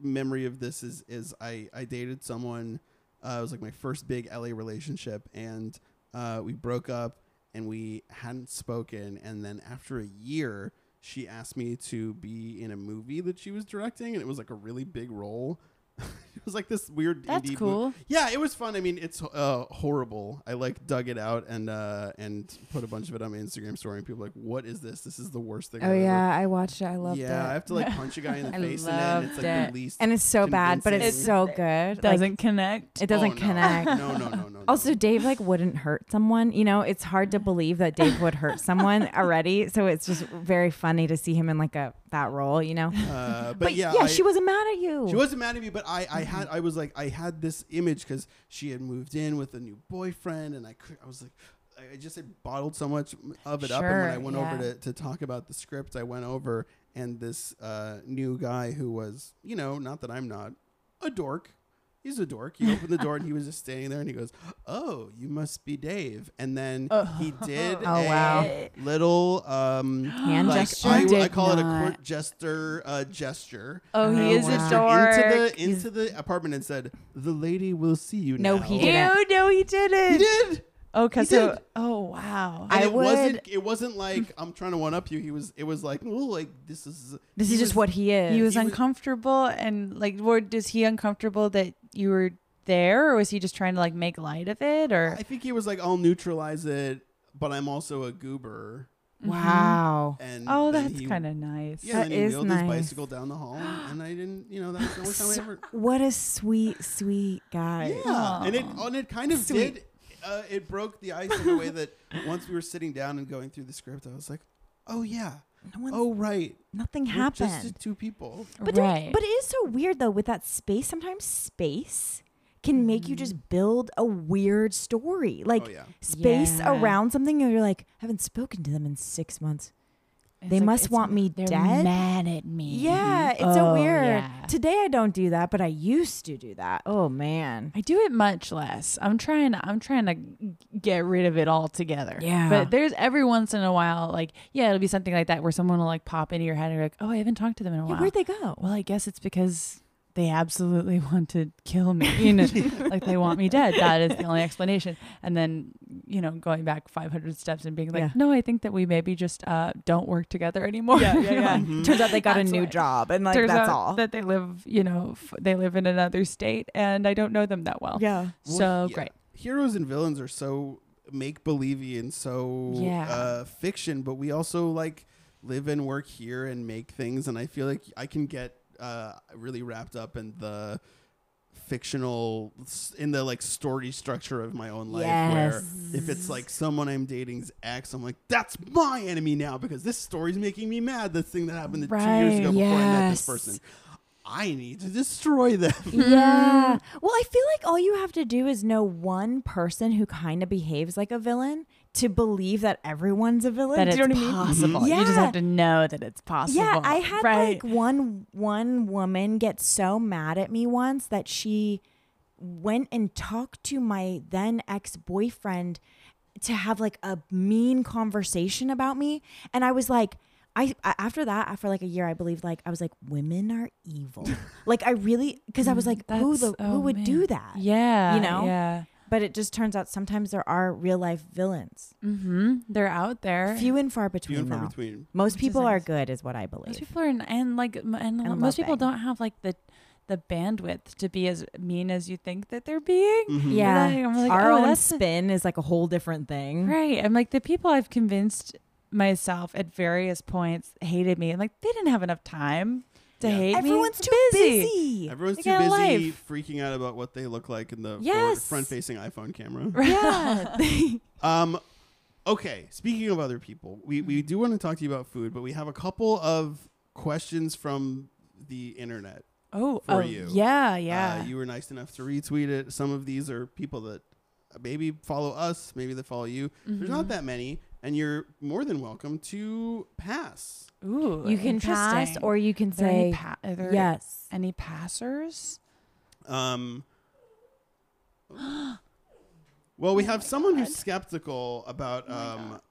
memory of this is is I I dated someone. Uh, it was like my first big LA relationship, and uh, we broke up, and we hadn't spoken. And then after a year, she asked me to be in a movie that she was directing, and it was like a really big role. it was like this weird. That's indie mo- cool. yeah, it was fun. I mean, it's uh, horrible. I like dug it out and uh, and put a bunch of it on my Instagram story, and people were like, "What is this? This is the worst thing." I've ever-" Oh, I watched it. I Oh, yeah. I have to like punch a guy in the I face, and then it's loved like it. the least. and it's so bad, but it's convincing. so good. Like, Doesn't connect. it doesn't Oh, no. connect. No, no, no, no. Also, Dave like wouldn't hurt someone. You know, it's hard to believe that Dave would hurt someone already. So it's just very funny to see him in like a that role. You know, no. Uh, but, yeah, I- she wasn't mad at you. She wasn't mad at me, but I, I had, I was like, I had this image because she had moved in with a new boyfriend, and I, could, I was like, I- I just had bottled so much of it up. And when Sure, I went over to, yeah. to talk about the script, I went over, and this uh, new guy who was, you know, not that I'm not a dork. He's a dork. He opened the door and he was just standing there and he goes, "Oh, you must be Dave." And then he did Oh, a wow. little um, Hand like, gesture? I, I Did call it a not. court jester uh, gesture Oh, he Oh, is wow. a dork. into the into the apartment and said, "The lady will see you." No, now." he Ew, didn't. no, he didn't. He did. Oh, He cause so, did. oh wow. And I it wasn't. would- It wasn't like I'm trying to one up you. He was. It was like, oh, like this is. This he is just was- what he is. he was He was- uncomfortable and like were is he uncomfortable that you were there or was he just trying to like make light of it or I think he was like, I'll neutralize it, but I'm also a goober. Mm-hmm. wow. And oh then that's he- kind of nice Yeah, That and he is wheeled nice. his bicycle down the hall, and I didn't. You know, that was the only time I ever. What a sweet, sweet guy. Yeah, and it and it kind of did. Uh, it broke the ice in a way that once we were sitting down and going through the script, I was like, oh yeah, No one, oh right, nothing We're just the happened. two people. But do we- but it is so weird though with that space. Sometimes space can make you just build a weird story, like Mm. Oh, yeah. space Yeah. around something, and you're like, I haven't spoken to them in six months. It's They like, must it's- want me they're dead? Mad at me. Yeah, it's so Oh, weird. yeah. Today I don't do that, but I used to do that. Oh man. I do it much less. I'm trying. I'm trying to g- get rid of it altogether. Yeah. But there's every once in a while, like yeah, it'll be something like that where someone will like pop into your head and you're like, oh, I haven't talked to them in a Yeah, while. where'd they go? well, I guess it's because they absolutely want to kill me. You know, like they want me dead. That is the only explanation. And then, you know, going back 500 steps and being like, Yeah. no, I think that we maybe just uh, don't work together anymore. Mm-hmm. Turns out they got That's a new why. job, and like Turns that's out all. That they live, you know, f- they live in another state and I don't know them that well. yeah. So yeah. great. Heroes and villains are so make believey and so Yeah. uh, fiction, but we also like live and work here and make things. And I feel like I can get uh, really wrapped up in the fictional in the like story structure of my own life Yes. where if it's like someone i'm dating's ex i'm like that's my enemy now because this story's making me mad this thing that happened two years Right. ago before i met this Yes. person i need to destroy them Mm-hmm. Yeah. Well, I feel like all you have to do is know one person who kind of behaves like a villain to believe that everyone's a villain. That do it's you know what I mean? possible. Mhm. You just Yeah. have to know that it's possible. Yeah, I had like right? one one woman get so mad at me once that she went and talked to my then ex-boyfriend to have like a mean conversation about me and I was like I I- after that after like a year I believed like I was like women are evil. like I really cuz I was like who the That's- oh, who would man. do that? Yeah. You know? Yeah. But it just turns out sometimes there are real life villains. Mm-hmm. They're out there. Few and far between. few and far though. between Most Which is people are nice. good is what I believe. most people are n- and like m- and, lo- And most people loving. don't have like the the bandwidth to be as mean as you think that they're being. Mhm. Yeah. Like, I'm like, Our oh, own that's the- spin is like a whole different thing. Right. I'm like the people I've convinced myself at various points hated me. I'm like they didn't have enough time to Yeah. hate me. Everyone's It's too busy. Everyone's They too got a busy life. freaking out about what they look like in the Yes. front facing iPhone camera. Right. Yeah. Um, okay, speaking of other people, we, we Mm-hmm. do want to talk to you about food, but we have a couple of questions from the internet. Oh, For oh, you. yeah, Uh, yeah. you were nice enough to retweet it. Some of these are people that maybe follow us, maybe they follow you. There's Mm-hmm. Mm-hmm. not that many, and you're more than welcome to pass. Ooh, you can pass interesting. or you can Are there any say pa- are there yes. Any passers? Um, well, we have someone who's skeptical Oh about um,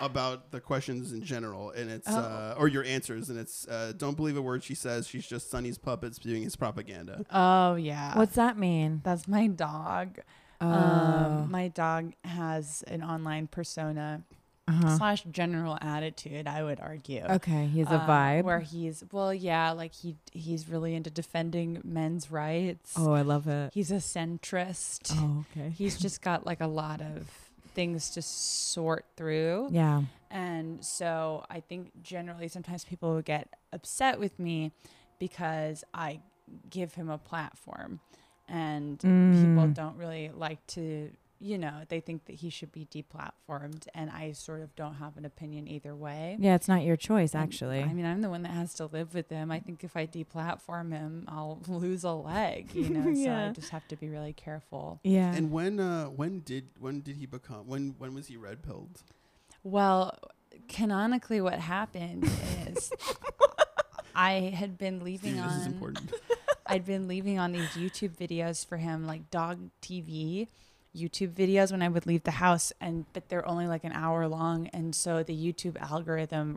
about the questions in general, and it's Oh. uh, or your answers, and it's uh, don't believe a word she says. She's just Sonny's puppet spewing his propaganda. Oh yeah. What's Oh. that mean? That's my dog. Um, my dog has an online persona slash general attitude. I would argue. uh-huh. Okay, he's a Uh, vibe. where he's well, yeah, like he he's really into defending men's rights. oh, I love it. He's a centrist. Oh, okay. He's just got like a lot of things to sort through. yeah. And so I think generally sometimes people will get upset with me because I give him a platform and people Mm. don't really like to, you know, they think that he should be deplatformed and I sort of don't have an opinion either way. Yeah, it's not your choice And, actually. I mean, I'm the one that has to live with him. I think if I deplatform him, I'll lose a leg, you know, so Yeah. I just have to be really careful. yeah. And when uh, when did when did he become when when was he red pilled? Well, canonically, what happened is I had been leaving Dude, this is on. important. I'd been leaving on these YouTube videos for him, like dog TV YouTube videos when I would leave the house, and but they're only like an hour long, and so the YouTube algorithm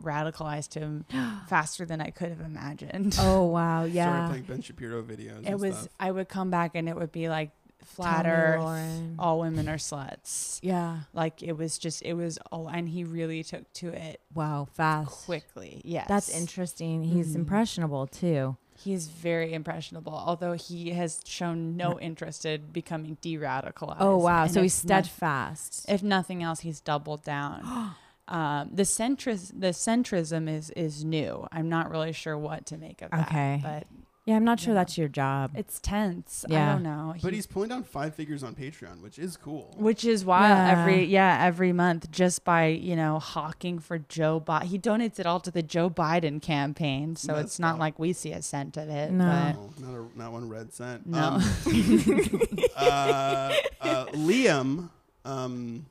radicalized him faster than I could have imagined. oh wow. Started Yeah. playing Ben Shapiro videos. it and was. stuff. I would come back, and it would be like flat Tommy Earth. Lauren. All women are sluts. Yeah. Like it was just. It was. Oh, and he really took to it Wow. Fast. quickly. Yes, That's interesting. He's Mhm. impressionable too. He's very impressionable, although he has shown no interest in becoming de-radicalized. Oh wow. And So if he's noth- steadfast. if nothing else, he's doubled down. um, the centris the centrism is is new. I'm not really sure what to make of that. Okay. but yeah, I'm not sure yeah. that's your job. it's tense. I Yeah. don't know. but He- he's pulling down five figures on Patreon, which is cool. which is wild Yeah. every yeah every month just by you know hawking for Joe Biden. He donates it all to the Joe Biden campaign, so That's it's not wild. like we see a cent of it. No. but- No, not a, not one red cent. No. uh, uh, Liam um,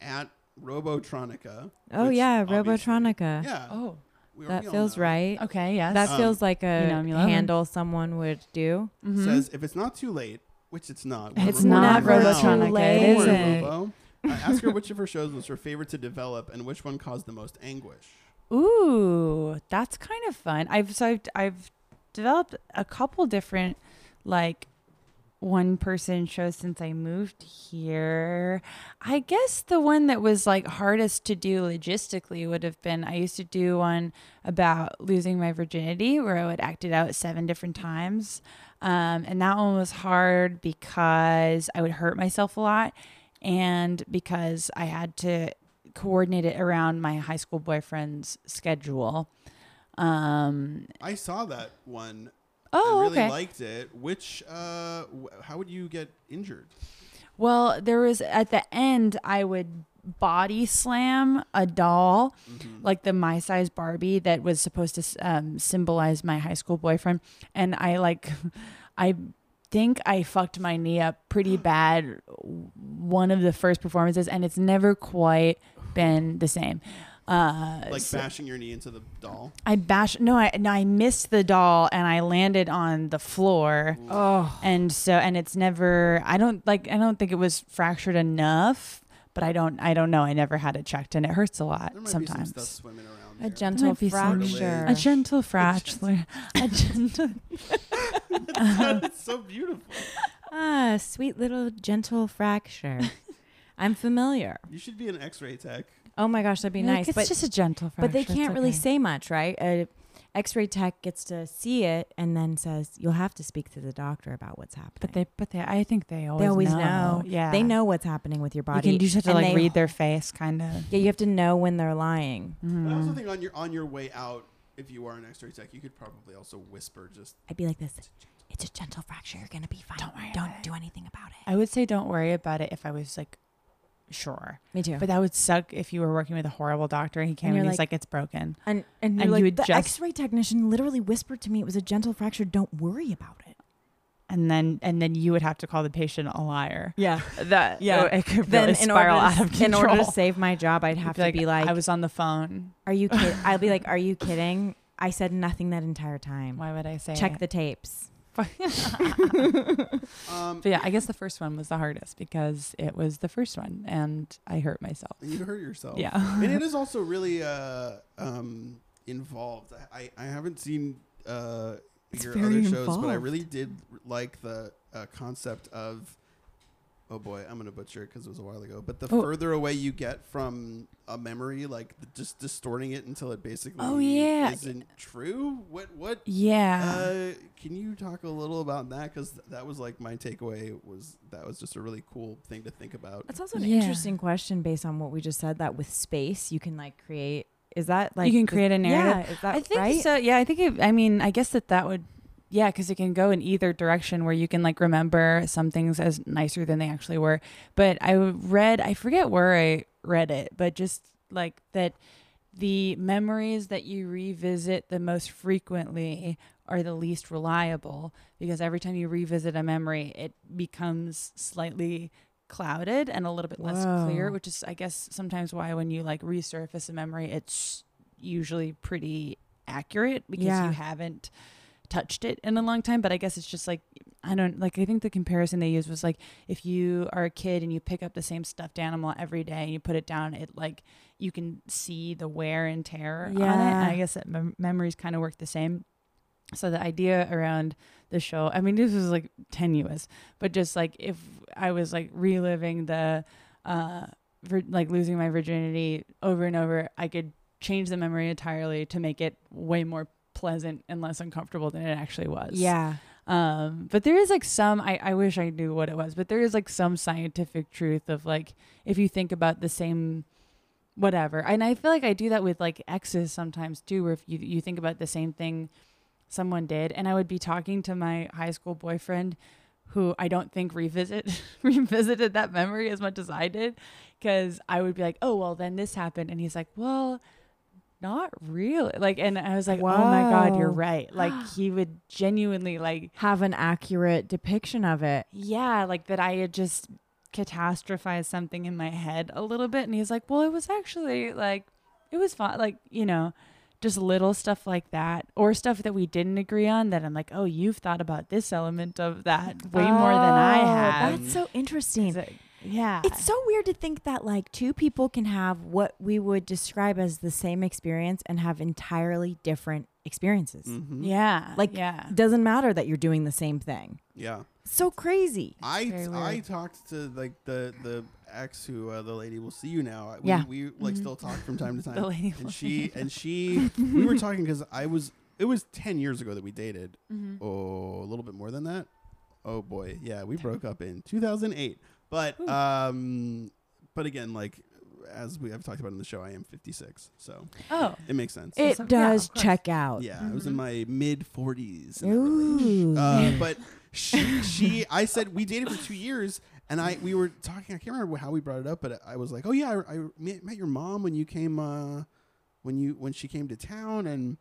at Robotronica. Oh which yeah, obviously- Robotronica. Yeah. Oh, we- we that all feels know. right. okay, yes. That Um, feels like a You know me, love 'em. handle someone would do. Mhm. Says if it's not too late, which it's not. we're It's recording not right now. Robotronica, it Don't worry, isn't. Robo. I asked her which of her shows was her favorite to develop and which one caused the most anguish. Ooh, that's kind of fun. I've so I've, I've developed a couple different like one person shows since I moved here. I guess the one that was like hardest to do logistically would have been I used to do one about losing my virginity where I would act it out seven different times. Um, and that one was hard because I would hurt myself a lot and because I had to coordinate it around my high school boyfriend's schedule. Um, I saw that one. oh, I really okay. liked it. Which, uh, w- how would you get injured? Well, there was at the end, I would body slam a doll, Mm-hmm. like the my size Barbie that was supposed to um, symbolize my high school boyfriend, and I like, I think I fucked my knee up pretty bad one of the first performances, and it's never quite been the same. Uh, Like so- bashing your knee into the doll? I bashed. No, I no, I missed the doll and I landed on the floor. Oh, And so and it's never I don't like I don't think it was fractured enough, but I don't I don't know. I never had it checked and it hurts a lot There might be sometimes. some stuff swimming around. a there. gentle be some- fracture. a gentle fracture. A gentle That's so beautiful. ah, sweet little gentle fracture. I'm familiar. You should be an X-ray tech. Oh my gosh, that'd be Like, nice. It's but just a gentle fracture. but they it's can't really okay. say much, right? A X-ray tech gets to see it and then says, "You'll have to speak to the doctor about what's happening." but they but they I think they always, they always know. Yeah. they know what's happening with your you body. can you just have to and like they- read their face Mm-hmm. kind of. Yeah, you have to know when they're lying. But I Mm. also think on your on your way out, if you are an X-ray tech, you could probably also whisper just I'd be like this. It's a gentle fracture. You're gonna be fine. Don't worry Don't about it." do anything about it. I would say don't worry about it if I was like sure. Me too. But that would suck if you were working with a horrible doctor and he came And and, you're he's like- like, it's broken. and and, you're and you like, would the just- X-ray technician literally whispered to me it was a gentle fracture. Don't worry about it. And then and then you would have to call the patient a liar. Yeah. oh, That Yeah. yeah, it could Then really in order, spiral to, out of in control. order to save my job, I'd have You'd to be like, I was on the phone. "Are you kidding?" I'd be like, "Are you kidding?" I said nothing that entire time. Why would I say Check it? the tapes. um. But yeah, I guess the first one was the hardest because it was the first one and I hurt myself. and you hurt yourself. Yeah. and it is also really uh, um, involved. I, I haven't seen uh, It's your very other shows, but I involved. really did like the uh, concept of. Oh boy, I'm gonna butcher it because it was a while ago. But the Oh. further away you get from a memory, like just distorting it until it basically Oh, yeah. isn't true. What what? Yeah. Uh, can you talk a little about that? Because that was like my takeaway was that was just a really cool thing to think about. That's also an Yeah. interesting question based on what we just said. That with space, you can like create. Is that like can create a narrative. Yeah, is that I think right? so. Yeah, I think it, I mean, I guess that that would yeah, because it can go in either direction where you can like remember some things as nicer than they actually were. But I read, I forget where I read it, but just like that the memories that you revisit the most frequently are the least reliable because every time you revisit a memory, it becomes slightly clouded and a little bit less clear, Whoa. which is, I guess, sometimes why when you like resurface a memory, it's usually pretty accurate because Yeah. you haven't touched it in a long time. But I guess it's just like, I don't like, I think the comparison they used was like, if you are a kid and you pick up the same stuffed animal every day and you put it down, it like, you can see the wear and tear on it. Yeah. And I guess that mem- memories kind of work the same. So the idea around the show, I mean, this was like tenuous, but just like if I was like reliving the, uh, vir- like losing my virginity over and over, I could change the memory entirely to make it way more pleasant and less uncomfortable than it actually was. Yeah. Um, but there is like some, I, I wish I knew what it was, but there is like some scientific truth of like, if you think about the same, whatever. And I feel like I do that with like exes sometimes too, where if you, you think about the same thing someone did. And I would be talking to my high school boyfriend who I don't think revisit revisited that memory as much as I did. Cause I would be like, oh, well then this happened. And he's like, well, not really. Like, and I was like, oh my God, you're Wow. right. Like he would genuinely like, Have an accurate depiction of it. yeah, like that I had just catastrophize something in my head a little bit and he's like well it was actually like it was fun like you know just little stuff like that or stuff that we didn't agree on that i'm like oh you've thought about this element of that way more than i Oh, have That's so interesting. It's like, yeah It's so weird to think that like two people can have what we would describe as the same experience and have entirely different experiences. Mm. Mm-hmm. yeah Like, yeah Doesn't matter that you're doing the same thing. Yeah. So crazy. I very weird. I talked to like the the ex who uh, the lady will see you now. We, Yeah. we like still talk from time to time. Mm-hmm. The lady will and she and she we were talking because I was it was ten years ago that we dated. Mm-hmm. Oh, a little bit more than that. Oh boy, yeah, we broke up in two thousand eight. But um, but again, like as we have talked about in the show, I am fifty six, so oh it makes sense. It so- yeah, does of course. check out. yeah, I was Mm-hmm. in my mid forties. Ooh. Uh, but she, she, I said we dated for two years, and I we were talking. I can't remember how we brought it up, but I was like, "Oh yeah, I, I met met your mom when you came, uh, when you when she came to town, and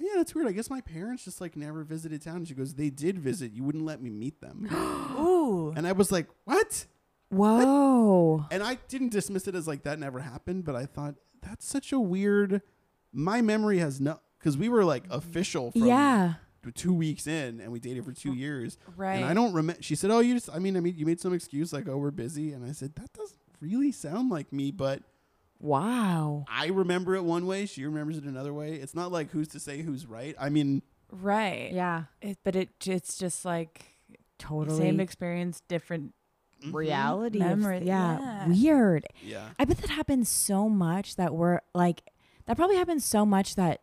"Oh, yeah, that's weird. I guess my parents just like never visited town." And she goes, "They did visit. You wouldn't let me meet them." Oh, ooh and I was like, "What?" Whoa. And I didn't dismiss it as like that never happened, but I thought that's such a weird. My memory has no because we were like official. From yeah. two weeks in and we dated for two years. Right. And I don't remember. She said, "Oh, you just. I mean, I mean, you made some excuse like, oh, we're busy." And I said, "That doesn't really sound like me." But Wow. I remember it one way. She remembers it another way. It's not like who's to say who's right. I mean, right Yeah. it, but it it's just like Totally. same experience different Mm-hmm. reality. of- Memory- yeah. yeah. Weird. yeah, I bet that happens so much that we're like, that probably happens so much that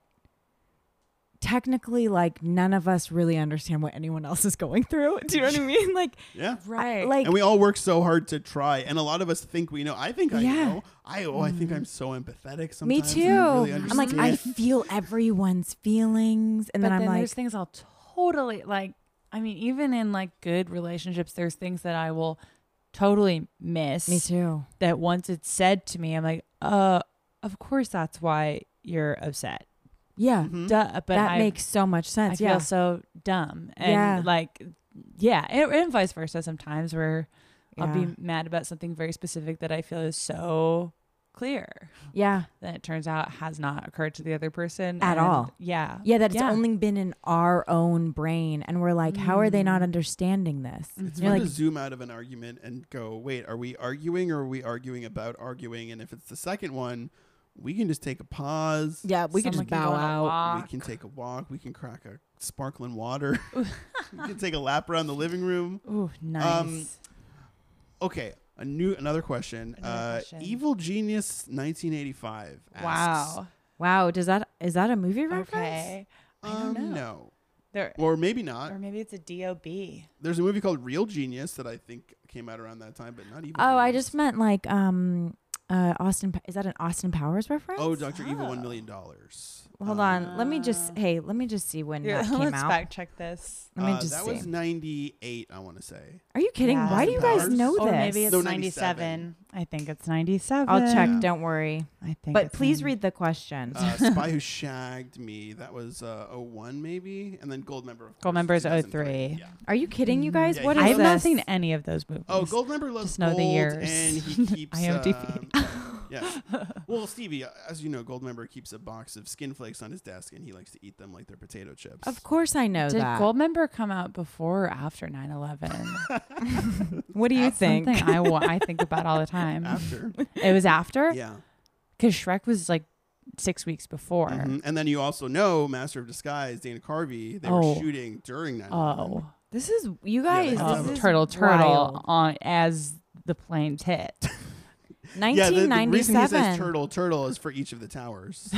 technically, like, none of us really understand what anyone else is going through. Do you know what I mean? Like, yeah. right like, And we all work so hard to try, and a lot of us think we know. I think I Yeah. Mm-hmm. know. I oh, I think I'm so empathetic. Sometimes me and I too. Really I'm like, I understand. feel everyone's feelings. And but then I'm then like, there's things I'll totally like. I mean, even in like good relationships, there's things that I will totally miss. me too. That once it's said to me, I'm like, uh, of course that's why you're upset. Yeah. Mm-hmm. Duh. Mm, But Mm-hmm. that I, makes so much I sense. feel yeah. so dumb and Yeah. like, yeah, and, and vice versa. Sometimes where I'll Yeah. be mad about something very specific that I feel is so clear yeah. that it turns out has not occurred to the other person At and- all. Yeah. Yeah, that it's only been in our own brain. And we're like, how are they not Mm. understanding this? Mm-hmm. It's You're fun to like- zoom out of an argument and go, wait, are we arguing or are we arguing about arguing? And if it's the second one, we can just take a pause. Yeah, we could Someone just can go bow on a out. walk. We can take a walk. We can crack a sparkling water. we can take a lap around the living room. Ooh, nice. Okay, a new another question. Another uh, question. Evil Genius 1985. Asks, wow. Wow, does that is that a movie reference? Okay. I Um, don't know. No, There, or maybe not. or maybe it's a DOB. There's a movie called Real Genius that I think came out around that time, but not Evil. Oh, I Genius. just meant like um uh Austin Pa- is that an Austin Powers reference? Oh, Doctor Evil, one Oh. million dollars. Uh, Hold on. Let me just hey, let me just see when that came Ah. let's out. fact check this. Let me Uh, just that see. was 98, I want to say. Are you kidding? Yeah. Why do you guys Powers? know Oh, this? Or maybe it's No, 97. 97. I think it's 97. I'll check, don't worry. I think. But it's please 90. read the question. Uh, Spy Who Shagged Me, that was uh, 01 maybe, and then Gold Member. Of course, Goldmember is 2003. 03. Yeah. Are you kidding you guys? Mm, Yeah, what you is I know have not this? seen any of those movies. Oh, Goldmember loves Just know the gold, years. and he keeps. IMDb. um, yeah. Well, Stevie, uh, as you know, Goldmember keeps a box of skin flakes on his desk, and he likes to eat them like they're potato chips. Of course I know Did that. Goldmember come out before or after 9 11? what do you think? Something I, wa- I think about all the time. After, It was after? Uh, yeah, Because Shrek was like six weeks before. Mhm. and then you also know Master of Disguise, Dana Carvey. They Oh. were shooting during 9 Oh. This is you Yeah, they guys. have this a- is turtle turtle wild. on as the planes hit. Yeah, the, the reason he says 1997. turtle, turtle is for each of the towers.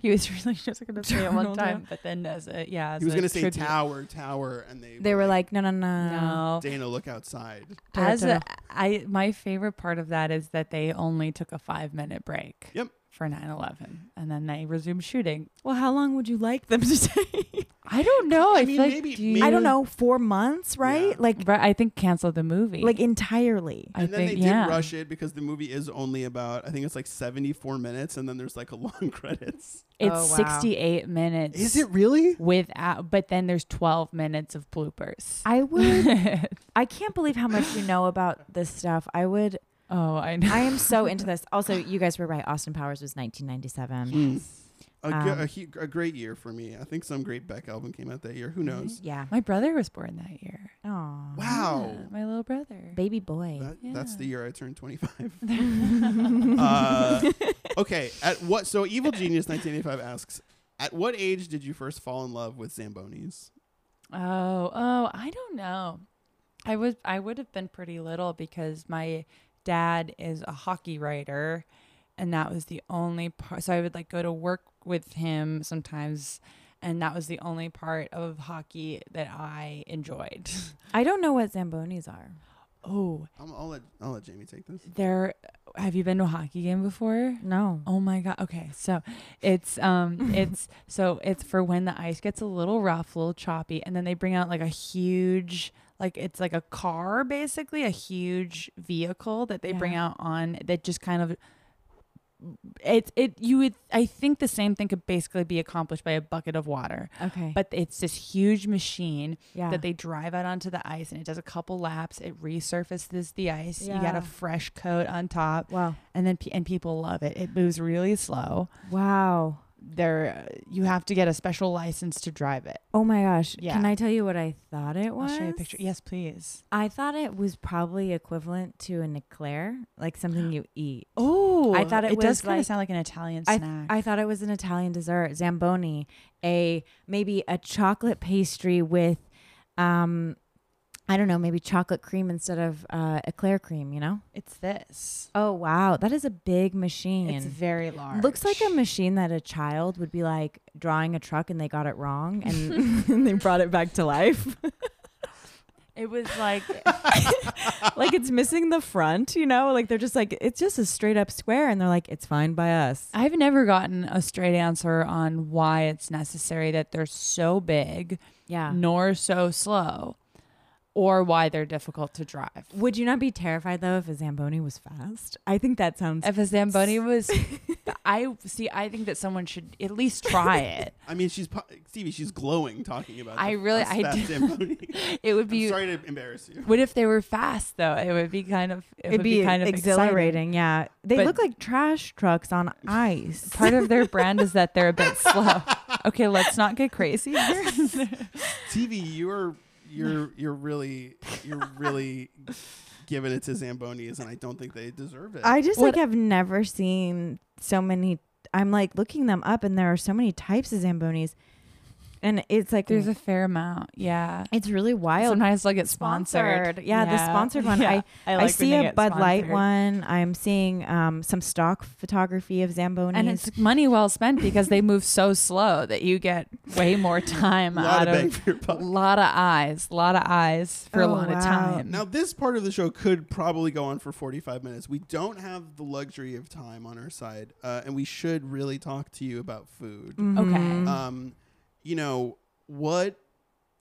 he was really just going to say it Turtle, one time, but then as a yeah, as he was a going to say tribute. tower, tower, and they They were like, no, no, no, No, Dana, look outside. Turtle, as a, turtle. I my favorite part of that is that they only took a five minute break. Yep. For 9 11. And then they resumed shooting. Well, how long would you like them to take? I don't know. I I, mean, feel like, maybe- do you- I don't know, four months, right? Yeah. Like, Right, I think canceled the movie. like entirely. I and then think they did yeah. rush it because the movie is only about I think it's like 74 minutes and then there's like a long credits. It's Oh, wow. 68 minutes. really? without? But then there's 12 minutes of bloopers. I would. I can't believe how much you know about this stuff. I would. oh, I know. I am so into this. Also, you guys were right. Austin Powers was 1997. A, g- Um, a hu- a great year for me. I think some great Beck album came out that year. Who knows? Yeah. My brother was born that year. Oh, Wow. Yeah, my little brother. baby boy. That, That's Yeah. the year I turned 25. uh, okay. At what? So Evil Genius 1985 asks, at what age did you first fall in love with Zambonis? Oh, oh, I don't know. I was I would have been pretty little because my dad is a hockey writer and that was the only part so I would like go to work with him sometimes and that was the only part of hockey that I enjoyed. I don't know what zambonis are. Oh, I'm, I'll let I'll let Jamie take this. there have you been to a hockey game before? No. Oh my god. Okay. So it's um it's so it's for when the ice gets a little rough, a little choppy, and then they bring out like a huge like it's like a car basically, a huge vehicle that they bring Yeah. out on that just kind of it it you would I think the same thing could basically be accomplished by a bucket of water. Okay. But it's this huge machine yeah. that they drive out onto the ice and it does a couple laps, it resurfaces the ice. You got Yeah. a fresh coat on top wow. and then pe- and people love it. It moves really slow. Wow. There, you have to get a special license to drive it. Oh my gosh. Yeah. Can I tell you what I thought it I'll was? show you a picture. Yes, please. I thought it was probably equivalent to an eclair, like something you eat. Oh, I thought it does was kind like- of sound like an Italian I, snack. I thought it was an Italian dessert, zamboni, a maybe a chocolate pastry with, um, I don't know, maybe chocolate cream instead of uh, eclair cream. You know? it's this. Oh wow, that is a big machine. It's very large. Looks like a machine that a child would be like drawing a truck and they got it wrong and, and they brought it back to life. It was like like it's missing the front, you know? Like they're just like, it's just a straight up square and they're like, it's fine by us. I've never gotten a straight answer on why it's necessary that they're so big, Yeah. nor so slow, or why they're difficult to drive. Would you not be terrified though if a Zamboni was fast? I think that sounds. If a Zamboni was, I see. I think that someone should at least try it. I mean, she's po- Stevie. She's glowing talking about. I the- really- that's I fast did- Zamboni. It would I'm be. sorry to embarrass you. What if they were fast though? It would be kind of. It would be, kind of exhilarating. exhilarating. Yeah. They But- look like trash trucks on ice. Part of their brand is that they're a bit slow. Okay, let's not get crazy here. Stevie, you're you're you're really you're really giving it to Zambonis, and I don't think they deserve it. I just What- like have never seen so many. I'm like looking them up, and there are so many types of zambonis, and it's like There's a fair amount. Yeah. it's really wild. Sometimes they'll get sponsored. Yeah, the sponsored one. Yeah. I, I like when see they a get Bud Light sponsored. one. I'm seeing um, some stock photography of zambonis. And it's money well spent because they move so slow that you get way more time a lot out of bang of for your a buck. lot of eyes, a lot of eyes for a Oh, lot wow. of time. Now, this part of the show could probably go on for 45 minutes. We don't have the luxury of time on our side, uh, and we should really talk to you about food. Mm-hmm. Okay. Um, you know, what,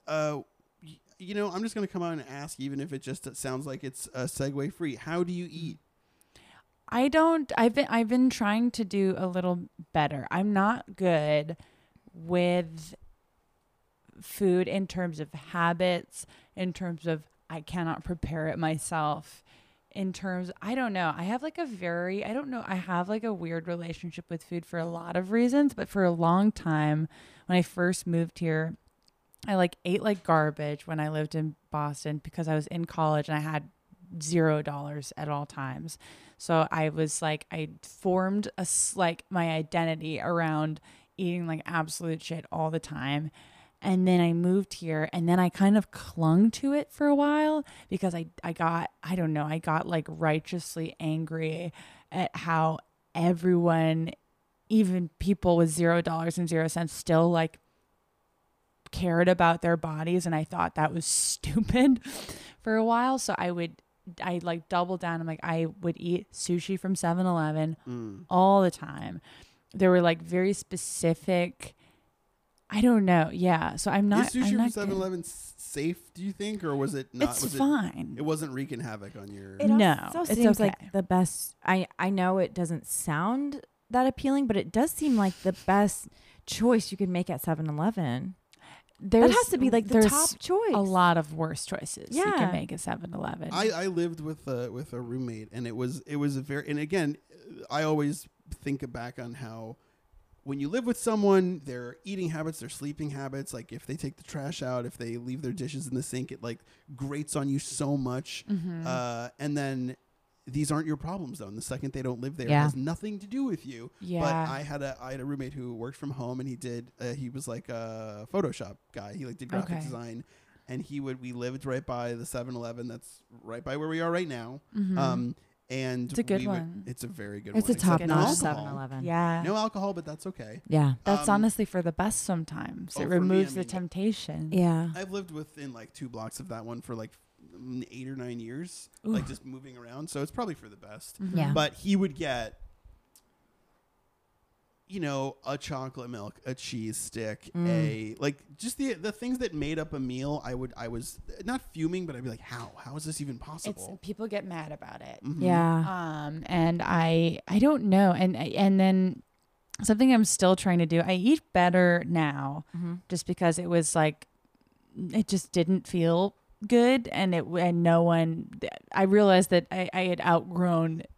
uh, y- you know, I'm just going to come out and ask, even if it just sounds like it's uh, segue free. How do you eat? I don't I've been I've been trying to do a little better. I'm not good with food in terms of habits, in terms of I cannot prepare it myself. In terms I don't know. I have like a very I don't know, I have like a weird relationship with food for a lot of reasons, but for a long time when I first moved here, I like ate like garbage when I lived in Boston because I was in college and I had zero dollars at all times. So I was like, I formed a s- like my identity around eating like absolute shit all the time. And then I moved here and then I kind of clung to it for a while because I, I got, I don't know, I got like righteously angry at how everyone, even people with zero dollars and zero cents, still like cared about their bodies. And I thought that was stupid for a while. So I would I like double down. I'm like, I would eat sushi from 7 Eleven all the time. There were like very specific I don't know. Yeah. So I'm not. Is sushi I'm from not 7 good. Eleven safe, do you think? Or was it not? It's was fine. It, it wasn't wreaking havoc on your. It No, also it's seems okay. like the best. I I know it doesn't sound that appealing, but it does seem like the best choice you could make at 7-Eleven. There's, That has to be like the there's top choice. A lot of worse choices you Yeah. can make at 7-Eleven. I, uh, I lived with a with a roommate, and it was it was a very and again, I always think back on how when you live with someone, their eating habits, their sleeping habits, like if they take the trash out, if they leave their dishes in the sink, it like grates on you so much. Mm-hmm. Uh, and then these aren't your problems though. And the second they don't live there, it Yeah. has nothing to do with you. But Yeah. I had a I had a roommate who worked from home, and he did uh, he was like a Photoshop guy. He like did graphic Okay. design design, and he would we lived right by the 7-eleven that's right by where we are right now Mm-hmm. um and It's a good we would- one. it's a very good It's one a except top good no notch one. alcohol. 7-Eleven. yeah. no alcohol but that's okay Yeah. That's um, honestly for the best sometimes. oh, it for me, I removes mean- the temptation. Yeah. i've lived within like two blocks of that one for like mm, eight or nine years like just moving around so it's probably for the best Mm-hmm. Yeah. but he would get you know a chocolate milk a cheese stick Mm. a like just the the things that made up a meal i would i was not fuming but i'd be like how how is this even It's possible people get mad about it. yeah. Um and I I don't know and and then something I'm still trying to do. I eat better now Mm-hmm. just because it was like it just didn't feel good and it and no one I realized that I, I had outgrown its,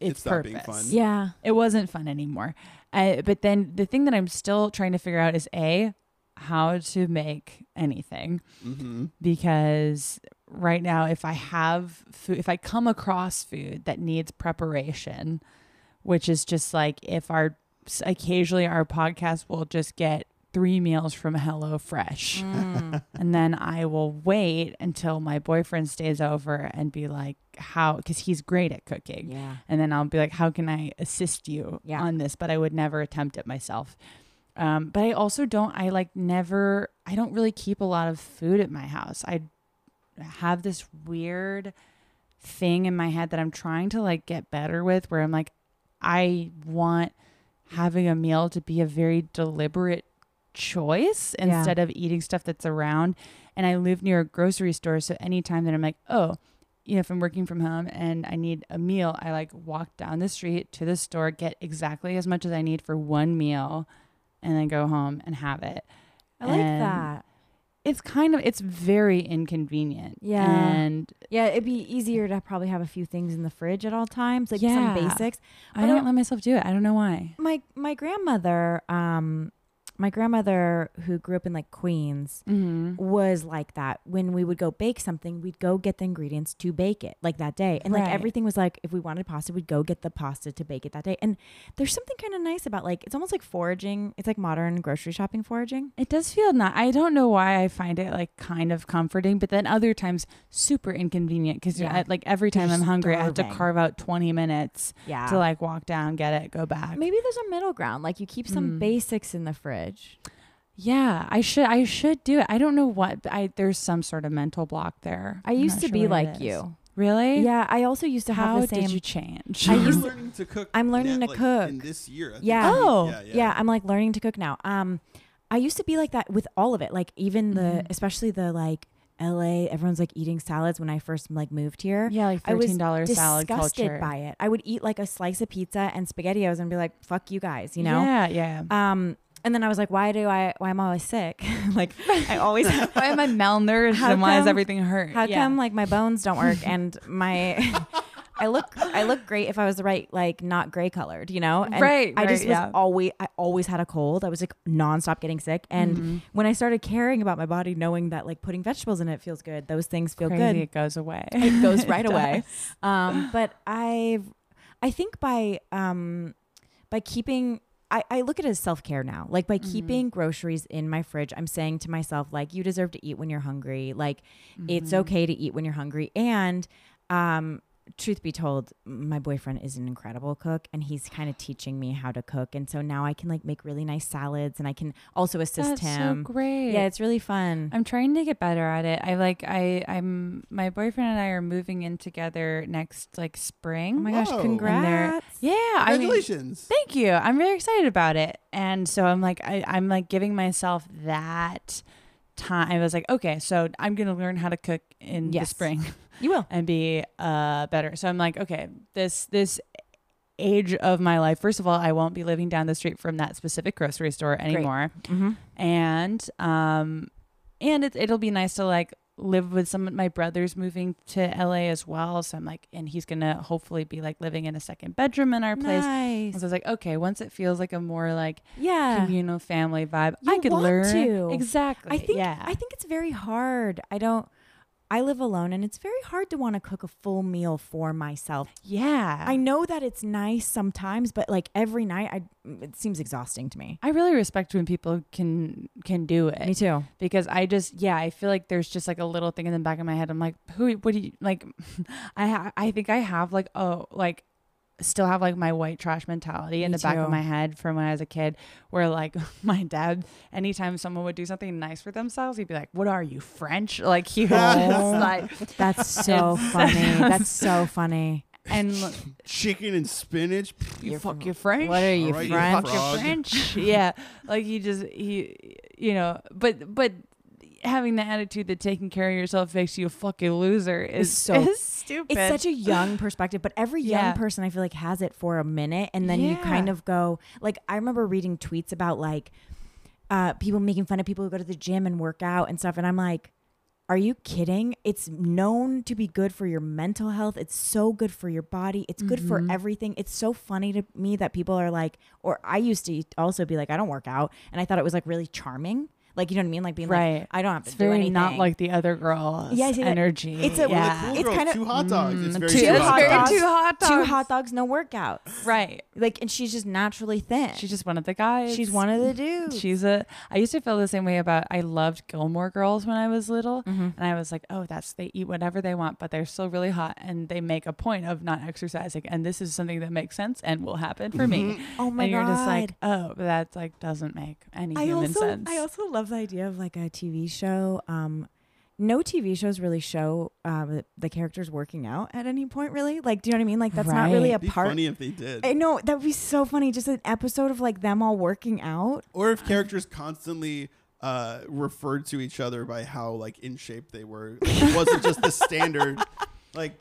It stopped purpose. being fun. yeah. It wasn't fun anymore. Uh, but then the thing that I'm still trying to figure out is a how to make anything mm-hmm. because right now if I have food, if I come across food that needs preparation, which is just like if our occasionally our podcast will just get three meals from Hello Fresh and then I will wait until my boyfriend stays over and be like, how? Because he's great at cooking. Yeah. And then I'll be like, how can I assist you Yeah. on this? But I would never attempt it myself. Um, but I also don't, I like never, I don't really keep a lot of food at my house. I have this weird thing in my head that I'm trying to like get better with where I'm like, I want having a meal to be a very deliberate choice Yeah. instead of eating stuff that's around. And I live near a grocery store. So anytime that I'm like, oh, you know, if I'm working from home and I need a meal, I like walk down the street to the store, get exactly as much as I need for one meal, and then go home and have it. I like And that. It's kind of it's very inconvenient. Yeah. And Yeah, it'd be easier to probably have a few things in the fridge at all times, like Yeah. some basics. I But don't I- let myself do it. I don't know why. My my grandmother, um, my grandmother who grew up in like Queens, Mm-hmm. was like that when we would go bake something we'd go get the ingredients to bake it like that day and like Right. everything was like if we wanted pasta we'd go get the pasta to bake it that day and there's something kind of nice about like it's almost like foraging it's like modern grocery shopping foraging It does feel not. I don't know why I find it like kind of comforting, but then other times super inconvenient because Yeah. like every time You're I'm hungry, I have to starving. Ah. carve out 20 minutes yeah to like walk down, get it, go back. maybe there's a middle ground like you keep some basics in the fridge Yeah, I should I should do it. I don't know what but I there's some sort of mental block there. i I'm used not to sure be what it like is. you Really? yeah i also used to How have the same did you change? I You're used to- learning to cook. I'm learning now, to like, cook. in this year. I think Yeah. you- Oh. yeah, yeah. yeah. i'm like learning to cook now um i used to be like that with all of it like even the especially the like la everyone's like eating salads when i first like moved here yeah, like I was thirteen dollars salad disgusted culture. by it i would eat like a slice of pizza and spaghettios and be like fuck you guys you know Yeah, yeah. um and then i was like why do i why am i always sick like i always why am I malnourished How and why is come- everything hurt? how Yeah. come like my bones don't work and my I look I look great if I was the right like not gray colored, you know? And Right, I just right, was yeah. always I always had a cold. I was like nonstop getting sick. And Mm-hmm. when I started caring about my body, knowing that like putting vegetables in it feels good, those things feel Crazy, good. it goes away. It goes right away. Um, but I've I think by um by keeping I, I look at it as self care now. Like by keeping groceries in my fridge, I'm saying to myself, like, Mm-hmm. you deserve to eat when you're hungry. Like it's okay to eat when you're hungry. And um truth be told, my boyfriend is an incredible cook and he's kind of teaching me how to cook. And so now I can like make really nice salads and I can also assist Mm-hmm. That's him. so great. Yeah, it's really fun. I'm trying to get better at it. I like I I'm my boyfriend and I are moving in together next like spring. oh my gosh, Whoa. And they're- congrats. Yeah, I mean, Congratulations. thank you. I'm very excited about it. And so I'm like I I'm like giving myself that time. I was like, okay, so I'm going to learn how to cook in Yes. the spring You will. and be uh better. So I'm like, okay, this this age of my life. First of all, I won't be living down the street from that specific grocery store anymore Mm-hmm. and um and it, it'll be nice to like live with some my brother's moving to la as well so i'm like and he's gonna hopefully be like living in a second bedroom in our place Nice. And so it's like okay once it feels like a more like Yeah. communal family vibe i You could want learn to. exactly I think yeah I think it's very hard. I don't I live alone and it's very hard to want to cook a full meal for myself. yeah I know that it's nice sometimes, but like every night I it seems exhausting to me. I really respect when people can can do it Me too. because I just yeah I feel like there's just like a little thing in the back of my head I'm like who what do you like I ha- I think I have like oh like still have like my white trash mentality in Me the back too. of my head from when I was a kid where like my dad anytime someone would do something nice for themselves he'd be like what are you French like he was Oh. just like That's so funny. That's so funny. and look, Chicken and spinach. you fuck you French What are you, All right, you French? fuck Frog. French. yeah. Like he just he you know, but but having the attitude that taking care of yourself makes you a fucking loser It's is so- so is stupid. It's such a young perspective, but every young Yeah. person I feel like has it for a minute, and then you Yeah. kind of go like I remember reading tweets about like uh, people making fun of people who go to the gym and work out and stuff, and I'm like, are you kidding? It's known to be good for your mental health. It's so good for your body. It's good Mm-hmm. for everything. It's so funny to me that people are like, or I used to also be like, I don't work out, and I thought it was like really charming. Like you know what I mean? Like being like, Right. I don't have it's to do very anything. not like the other girl's Yeah, I see that. energy. It's a- Well, the yeah. cool It's girl, kinda- two hot dogs. It's Mm, very two- two, it's hot very dogs. two hot Two dogs. hot dogs, no workouts. right. Like, and she's just naturally thin. She's just one of the guys. she's one of the dudes. She's a. I used to feel the same way about. I loved Gilmore Girls when I was little, Mm-hmm. and I was like, "Oh, that's they eat whatever they want, but they're still really hot, and they make a point of not exercising, and this is something that makes sense and will happen for me." oh my and god! you're just like, "Oh, but that like doesn't make any I human also sense." I also love the idea of like a TV show. Um, no TV shows really show um, the characters working out at any point. Really, like, do you know what I mean? Like, that's not really a Right. It'd be part. funny if they did. I know that would be so funny. Just an episode of like them all working out. or if characters constantly uh, referred to each other by how like in shape they were. Like, it wasn't just the standard. Like,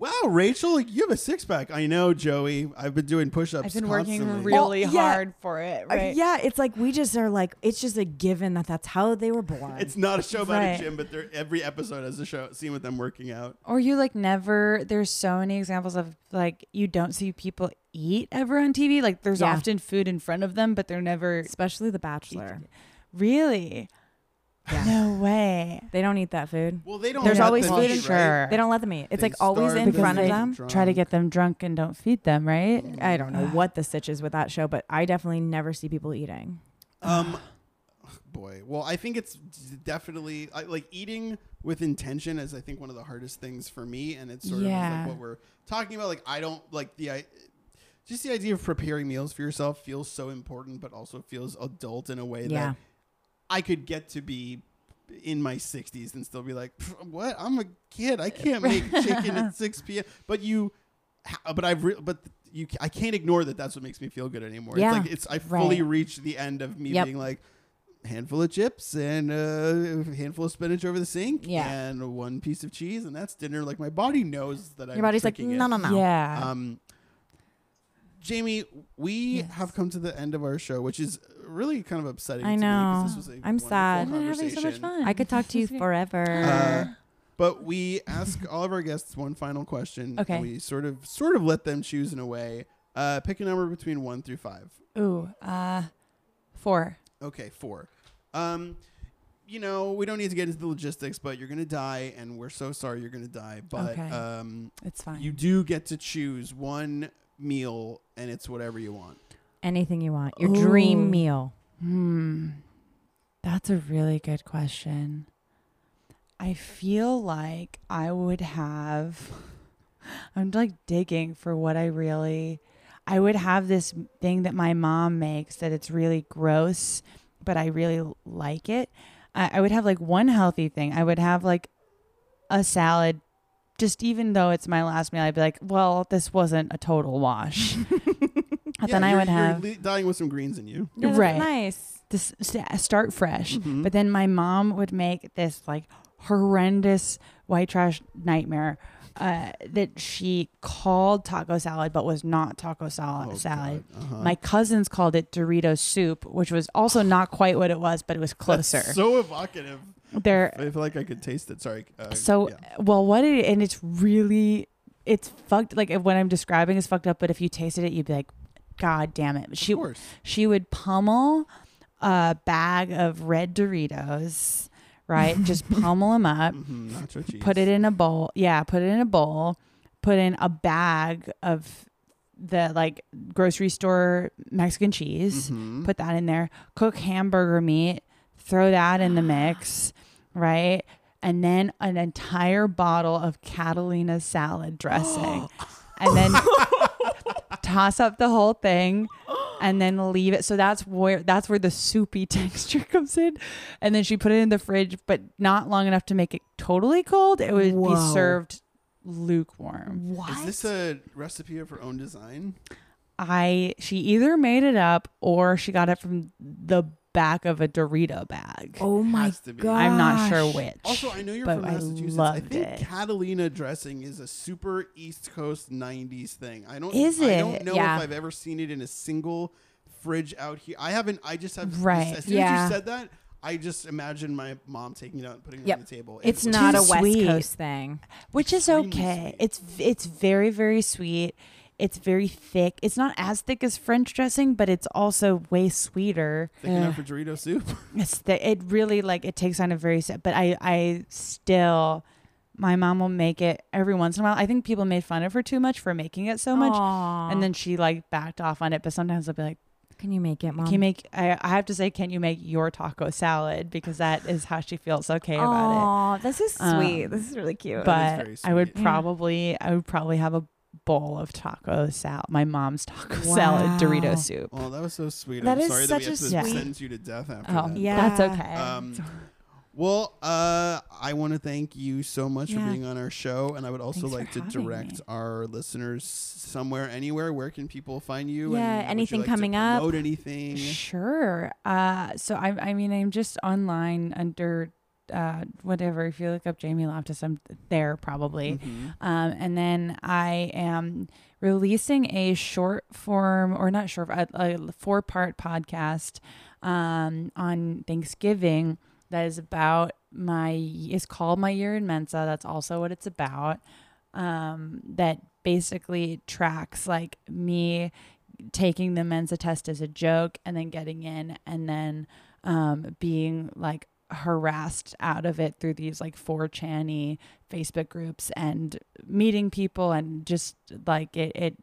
wow, Rachel, like, you have a six pack. I know, Joey. I've been doing push ups. I've been constantly. working real- really Well, yeah. hard for it, Uh, right? Yeah, it's like we just are like it's just a given that that's how they were born. It's not a show about Right. a gym, but they're- every episode has a show scene with them working out. Or you like never, there's so many examples of like you don't see people eat ever on TV. Like there's Yeah. often food in front of them, but they're never Especially The Bachelor. really. Yeah. No way. They don't eat that food. Well, they don't. There's let always them food eat, in- right? They don't let them eat. It's They like always starve in them front of they them. Try to drunk. get them drunk and don't feed them, right? I don't know what the stitch is with that show, but I definitely never see people eating. Um, boy. Well, I think it's d- definitely I, like eating with intention is I think one of the hardest things for me, and it's sort Yeah. of like what we're talking about. Like I don't like the I. Just the idea of preparing meals for yourself feels so important, but also feels adult in a way Yeah. that I could get to be in my 60s and still be like, "Pff, what? I'm a kid. I can't make chicken at 6 p.m. But you, ha- but I've, re- but you, ca- I can't ignore that. That's what makes me feel good anymore. Yeah. It's like it's I fully Right. reached the end of me Yep. being like handful of chips and a handful of spinach over the sink Yeah. and one piece of cheese and that's dinner. Like my body knows that I'm. Your body's like, tricking it. no, no, no. Yeah. Um, Jamie, we Yes. have come to the end of our show, which is really kind of upsetting. I to me 'cause know. this was a I'm wonderful sad. We've been having so much conversation. fun. I could talk to you forever. Uh, but we ask all of our guests one final question. and Okay. we sort of sort of let them choose in a way. Uh, pick a number between one through five. Ooh, uh, four. Okay, four. Um, you know, we don't need to get into the logistics, but you're gonna die, and we're so sorry you're gonna die. But Okay. um, It's fine. you do get to choose one meal, and it's whatever you want. Anything you want. Your Ooh. dream meal. Hmm. That's a really good question. I feel like I would have. I'm like digging for what I really. I would have this thing that my mom makes that it's really gross, but I really like it. I, I would have like one healthy thing. I would have like a salad, just even though it's my last meal, I'd be like, well, this wasn't a total wash. but then I would have you dying with some greens in you. Mm-hmm. Yeah, that's Right. Nice. this s- start fresh. But then my mom would make this like horrendous white trash nightmare uh, that she called taco salad, but was not taco salad. Oh, salad. God. Uh-huh. My cousins called it Dorito soup, which was also not quite what it was, but it was closer. That's so evocative. They're I feel like I could taste it. Sorry. Uh, so yeah. well. What it and it's really it's fucked. Like what I'm describing is fucked up. But if you tasted it, you'd be like, God damn it. She of course. she would pummel a bag of red Doritos, right? Just pummel them up, Mhm, nacho cheese. put it in a bowl. Yeah, put it in a bowl, put in a bag of the like grocery store Mexican cheese, Mhm. put that in there, cook hamburger meat, throw that in the mix, right? And then an entire bottle of Catalina salad dressing. and then toss up the whole thing and then leave it. So that's where that's where the soupy texture comes in. And then she put it in the fridge, but not long enough to make it totally cold. It would be Whoa. served lukewarm. What? Is this a recipe of her own design? I she either made it up or she got it from the back of a Dorito bag. oh my Has to be. god! I'm not sure which. Also, I know you're but from I Massachusetts. I, loved think it. Catalina dressing is a super East Coast '90s thing. I don't. Is I don't it? know Yeah. if I've ever seen it in a single fridge out here. I haven't. I just have. Right. As soon Yeah. as you said that, I just imagined my mom taking it out and putting it Yep. on the table. It's It was- not too a West sweet. Coast thing. which is extremely okay. sweet. It's it's very very sweet. It's very thick. It's not as thick as French dressing, but it's also way sweeter. Thick enough for Dorito soup. It's th- it really like it takes on a very se- but I I still my mom will make it every once in a while. I think people made fun of her too much for making it so much. Aw. And then she like backed off on it, but sometimes I'll be like, can you make it, mom? "Can you make?" I, I have to say, "Can you make your taco salad?" Because that is how she feels okay about it. Aw, this is sweet. Um, this is really cute. That but is very I would sweet. Yeah. probably I would probably have a bowl of taco salad, my mom's taco Wow. salad Dorito soup. oh, that was so sweet. That I'm is sorry such that we a have to sweet- sentence you to death after Oh, that. Yeah. that's okay. Um, Well, uh, I want to thank you so much for Yeah. being on our show, and I would also Thanks for like to having direct me. our listeners somewhere, anywhere. Where can people find you? Yeah, would you anything like to coming up? Promote anything? Sure. Uh, so I, I mean, I'm just online under uh, whatever. If you look up Jamie Loftus, I'm there probably. Mhm. Um, and then I am releasing a short form, or not short, a, a four part podcast um, on Thanksgiving that is about my, it's called My Year in Mensa. That's also what it's about. Um, that basically tracks like me taking the Mensa test as a joke and then getting in and then um, being like harassed out of it through these like 4chan -y Facebook groups and meeting people and just like it it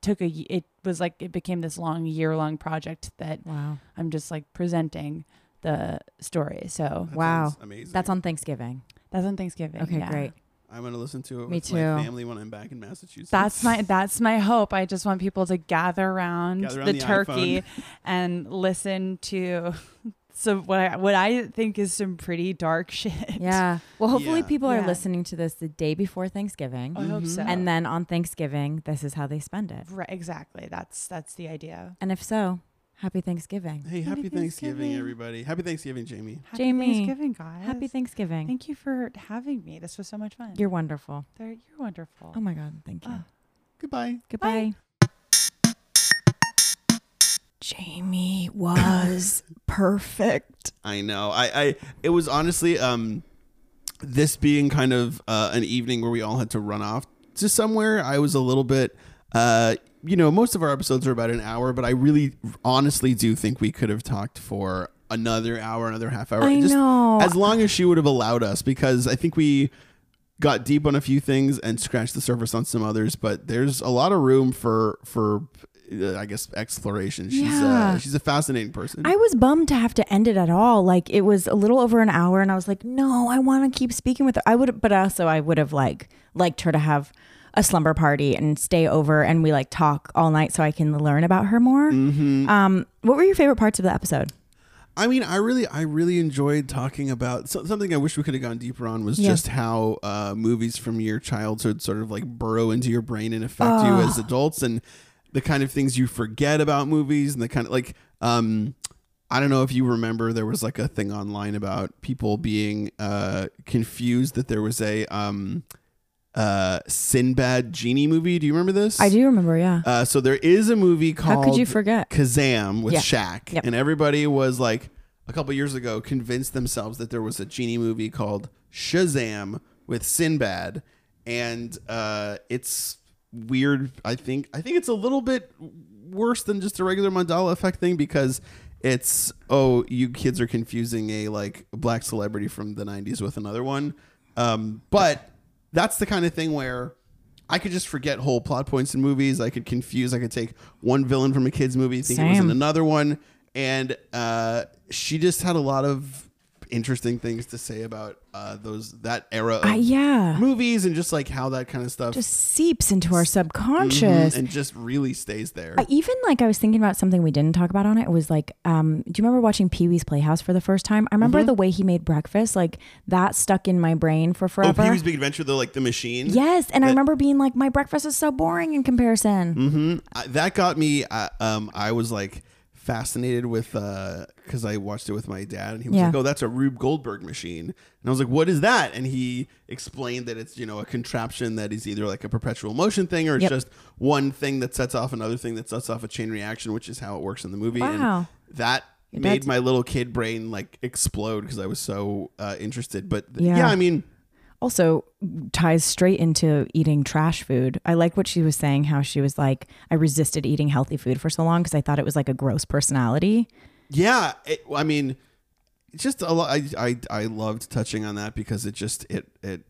took a y- it was like it became this long year long project that wow, I'm just like presenting the story. So That Wow. sounds amazing. that's on Thanksgiving. that's on Thanksgiving. Okay, yeah. great. I'm gonna listen to it Me with too. my family when I'm back in Massachusetts. That's my that's my hope. I just want people to gather around, Gather around the, the turkey and listen to some what I what I think is some pretty dark shit. Yeah. Well, hopefully Yeah. people Yeah. are listening to this the day before Thanksgiving, I hope Mhm. so. and then on Thanksgiving, this is how they spend it. right, exactly. That's that's the idea. And if so, happy Thanksgiving. Hey, happy, Happy Thanksgiving, Thanksgiving. everybody! Happy Thanksgiving, Jamie. Happy Jamie, Thanksgiving, guys. Happy Thanksgiving. Thank you for having me. This was so much fun. You're wonderful. They're- you're wonderful. Oh my God. Thank you. Oh. Goodbye. Goodbye. Jamie was perfect. I know. I, I it was honestly um this being kind of uh, an evening where we all had to run off to somewhere. I was a little bit uh you know, most of our episodes are about an hour, but I really honestly do think we could have talked for another hour, another half hour. I know. As long as she would have allowed us because I think we got deep on a few things and scratched the surface on some others, but there's a lot of room for for uh, I guess exploration. She's Yeah. uh, she's a fascinating person. I was bummed to have to end it at all. Like it was a little over an hour, and I was like, "No, I want to keep speaking with her." I would, but also I would have like liked her to have a slumber party and stay over and we like talk all night so I can learn about her more. Um, what were your favorite parts of the episode? I mean, I really, I really enjoyed talking about so, something. I wish we could have gone deeper on was Yeah. just how uh, movies from your childhood sort of like burrow into your brain and affect you Ah. as adults, and the kind of things you forget about movies, and the kind of like, um, I don't know if you remember, there was like a thing online about people being uh, confused that there was a um, uh, Sinbad genie movie. Do you remember this? I do remember, yeah. Uh, so there is a movie How called could you forget? Kazam with Yeah. Shaq, Yep. and everybody was like a couple years ago convinced themselves that there was a genie movie called Shazam with Sinbad, and uh, it's weird. I think I think it's a little bit worse than just a regular Mandala effect thing because it's oh you kids are confusing a like black celebrity from the '90s with another one, um, but that's the kind of thing where I could just forget whole plot points in movies. I could confuse. I could take one villain from a kids movie, think it was in Same. another one, and uh, she just had a lot of interesting things to say about uh, those that era of I, yeah. movies and just like how that kind of stuff Just seeps Mm-hmm. into our Mhm, subconscious. and just really stays there. I even like I was thinking about something we didn't talk about on it. It was like, um, do you remember watching Pee Wee's Playhouse for the first time? I remember the way he made breakfast, like that stuck in my brain for oh, forever. Pee Wee's Big Adventure, though, like the machine. yes, and I That- remember being like, my breakfast is so boring in comparison. I, that got me. I, um, I was like fascinated with because I watched it with my dad, and he was Yeah. like, "Oh, that's a Rube Goldberg machine," and I was like, "What is that?" And he explained that it's you know a contraption that is either like a perpetual motion thing or it's Yep. just one thing that sets off another thing that sets off a chain reaction, which is how it works in the movie. Wow. And that. Your Made dad's- my little kid brain like explode because I was so uh, interested. But th- Yeah. yeah, I mean, Also ties straight into eating trash food. I like what she was saying, how she was like, I resisted eating healthy food for so long because I thought it was like a gross personality. yeah it, i mean just a lot I, I i loved touching on that because it just it it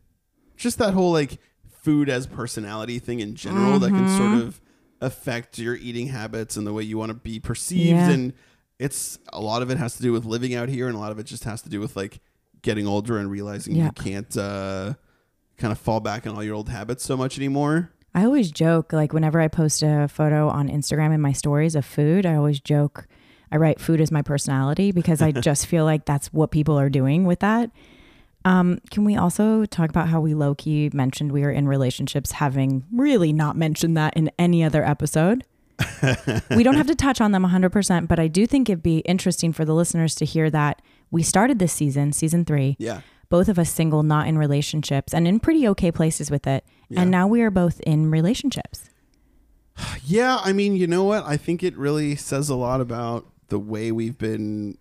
just that whole like food as personality thing in general that can Mm-hmm. sort of affect your eating habits and the way you want to be perceived Yeah. and it's a lot of it has to do with living out here and a lot of it just has to do with like getting older and realizing Yeah. you can't uh kind of fall back on all your old habits so much anymore I always joke, like whenever I post a photo on Instagram in my stories of food, I always joke, I write food is my personality because I just feel like that's what people are doing with that. Um, can we also talk about how we low key mentioned we are in relationships, having really not mentioned that in any other episode? we don't have to touch on them 100%, but I do think it'd be interesting for the listeners to hear that we started this season, season three, yeah both of us single, not in relationships, and in pretty okay places with it. Yeah. And now we are both in relationships. Yeah, I mean, you know what? I think it really says a lot about the way we've been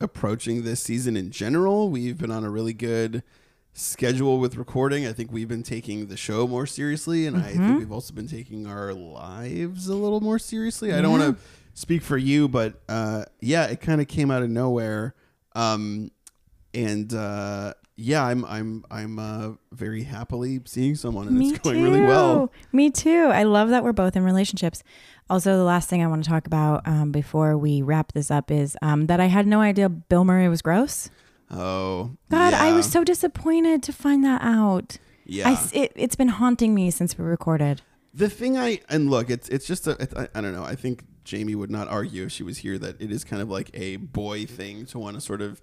approaching this season in general. We've been on a really good schedule with recording. I think we've been taking the show more seriously, and I Mm-hmm. think we've also been taking our lives a little more seriously. I don't want to speak for you, but uh, yeah, it kind of came out of nowhere. Um, and uh, yeah, I'm I'm I'm uh, very happily seeing someone, and it's going really well. Me too. I love that we're both in relationships. Also, the last thing I want to talk about um, before we wrap this up is um, that I had no idea Bill Murray was gross. Oh God, I yeah. was so disappointed to find that out. Yeah. I s it, it's been haunting me since we recorded. the thing I and look, it's it's just a it's, I, I don't know. I think Jamie would not argue if she was here that it is kind of like a boy thing to want to sort of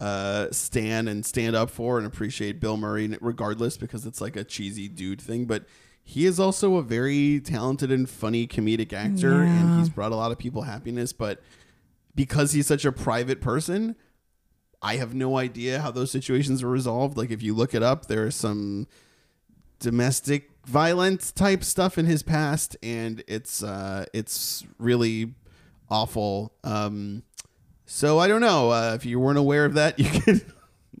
uh, stand and stand up for and appreciate Bill Murray, regardless, because it's like a cheesy dude thing. But he is also a very talented and funny comedic actor, and Yeah. he's brought a lot of people happiness. But because he's such a private person, I have no idea how those situations are resolved. Like if you look it up, there is some domestic violence type stuff in his past, and it's uh, it's really awful. Um, so I don't know uh, if you weren't aware of that, you can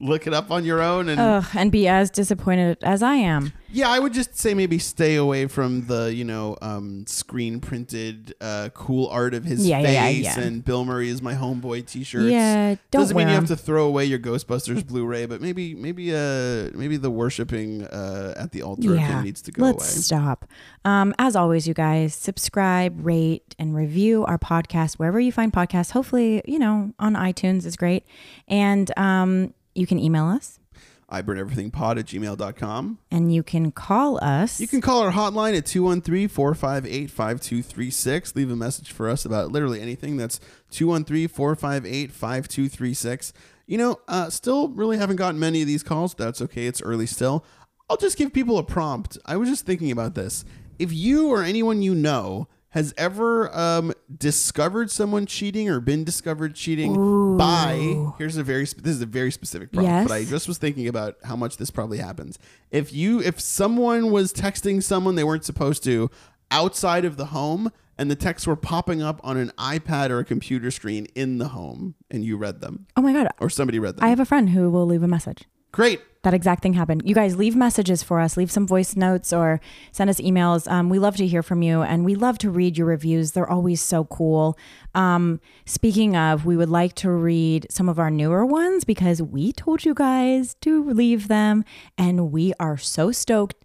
look it up on your own. And Ugh, and be as disappointed as I am. yeah, I would just say maybe stay away from the you know um, screen printed uh, cool art of his Yeah, face yeah, yeah. and Bill Murray is my homeboy T-shirts. Yeah, don't doesn't mean wear you have 'em. to throw away your Ghostbusters Blu-ray, but maybe maybe uh maybe the worshiping uh, at the altar thing needs to go let's away. stop. Um, as always, you guys subscribe, rate, and review our podcast wherever you find podcasts. Hopefully, you know on iTunes is great, and um, you can email us. I burn everything pod at gmail.com. And you can call us. You can call our hotline at 213 458 5236. Leave a message for us about literally anything. That's 213 458 5236. You know, uh, still really haven't gotten many of these calls. That's okay. It's early still. I'll just give people a prompt. I was just thinking about this. If you or anyone you know has ever um, discovered someone cheating or been discovered cheating by here's a very sp- this is a very specific prompt, Yes. but I just was thinking about how much this probably happens. If you if someone was texting someone they weren't supposed to outside of the home and the texts were popping up on an iPad or a computer screen in the home and you read them oh my God. or somebody read them. I have a friend who will leave a message. Great. That exact thing happened. You guys leave messages for us, leave some voice notes or send us emails. Um, we love to hear from you and we love to read your reviews. They're always so cool. Um, speaking of, we would like to read some of our newer ones because we told you guys to leave them and we are so stoked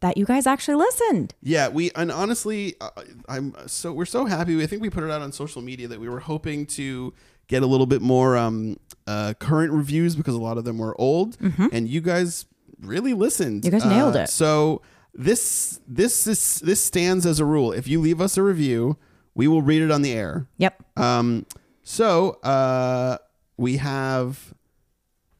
that you guys actually listened. Yeah, we and honestly, uh, I'm so we're so happy. I think we put it out on social media that we were hoping to get a little bit more um, uh, current reviews because a lot of them were old, and you guys really listened. Mm-hmm. You guys nailed Uh, it. So this this is this stands as a rule. If you leave us a review, we will read it on the air. Yep. Um, so uh, we have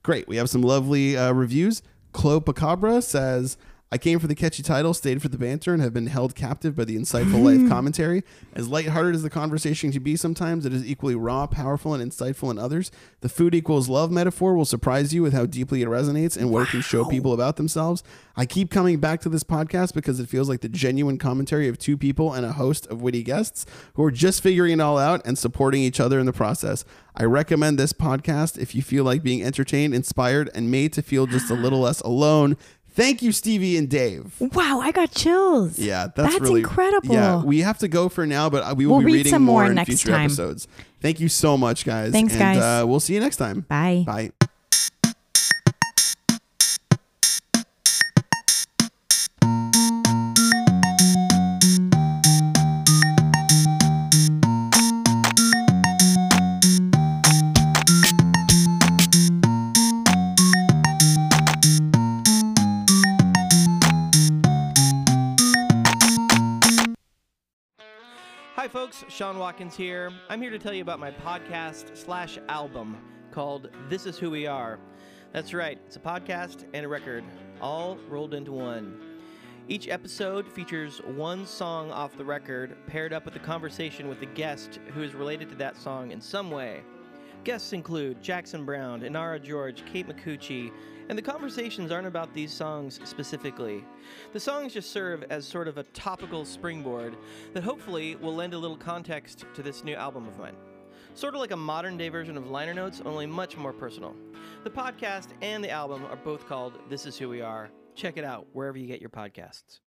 great. We have some lovely uh, reviews. Clopacabra says, "I came for the catchy title, stayed for the banter, and have been held captive by the insightful life commentary. As lighthearted as the conversation can be, sometimes it is equally raw, powerful, and insightful in others. The food equals love metaphor will surprise you with how deeply it resonates and what it can show people about themselves. I keep coming back to this podcast because it feels like the genuine commentary of two people and a host of witty guests who are just figuring it all out and supporting each other in the process. I recommend this podcast if you feel like being entertained, inspired, and made to feel just a little less alone. Thank you, Stevie and Dave. Wow, I got chills. Yeah, that's, That's really incredible. Yeah, we have to go for now, but uh, we will We'll be read reading some more, more in next future time. episodes. Thank you so much, guys. Thanks, and, guys. Uh, we'll see you next time. Bye. Bye. Hi, folks. Sean Watkins here. I'm here to tell you about my podcast slash album called This Is Who We Are. That's right, it's a podcast and a record, all rolled into one. Each episode features one song off the record paired up with a conversation with a guest who is related to that song in some way. Guests include Jackson Brown, Inara George, Kate McCucci, and the conversations aren't about these songs specifically. The songs just serve as sort of a topical springboard that hopefully will lend a little context to this new album of mine. Sort of like a modern day version of liner notes, only much more personal. The podcast and the album are both called This Is Who We Are. Check it out wherever you get your podcasts.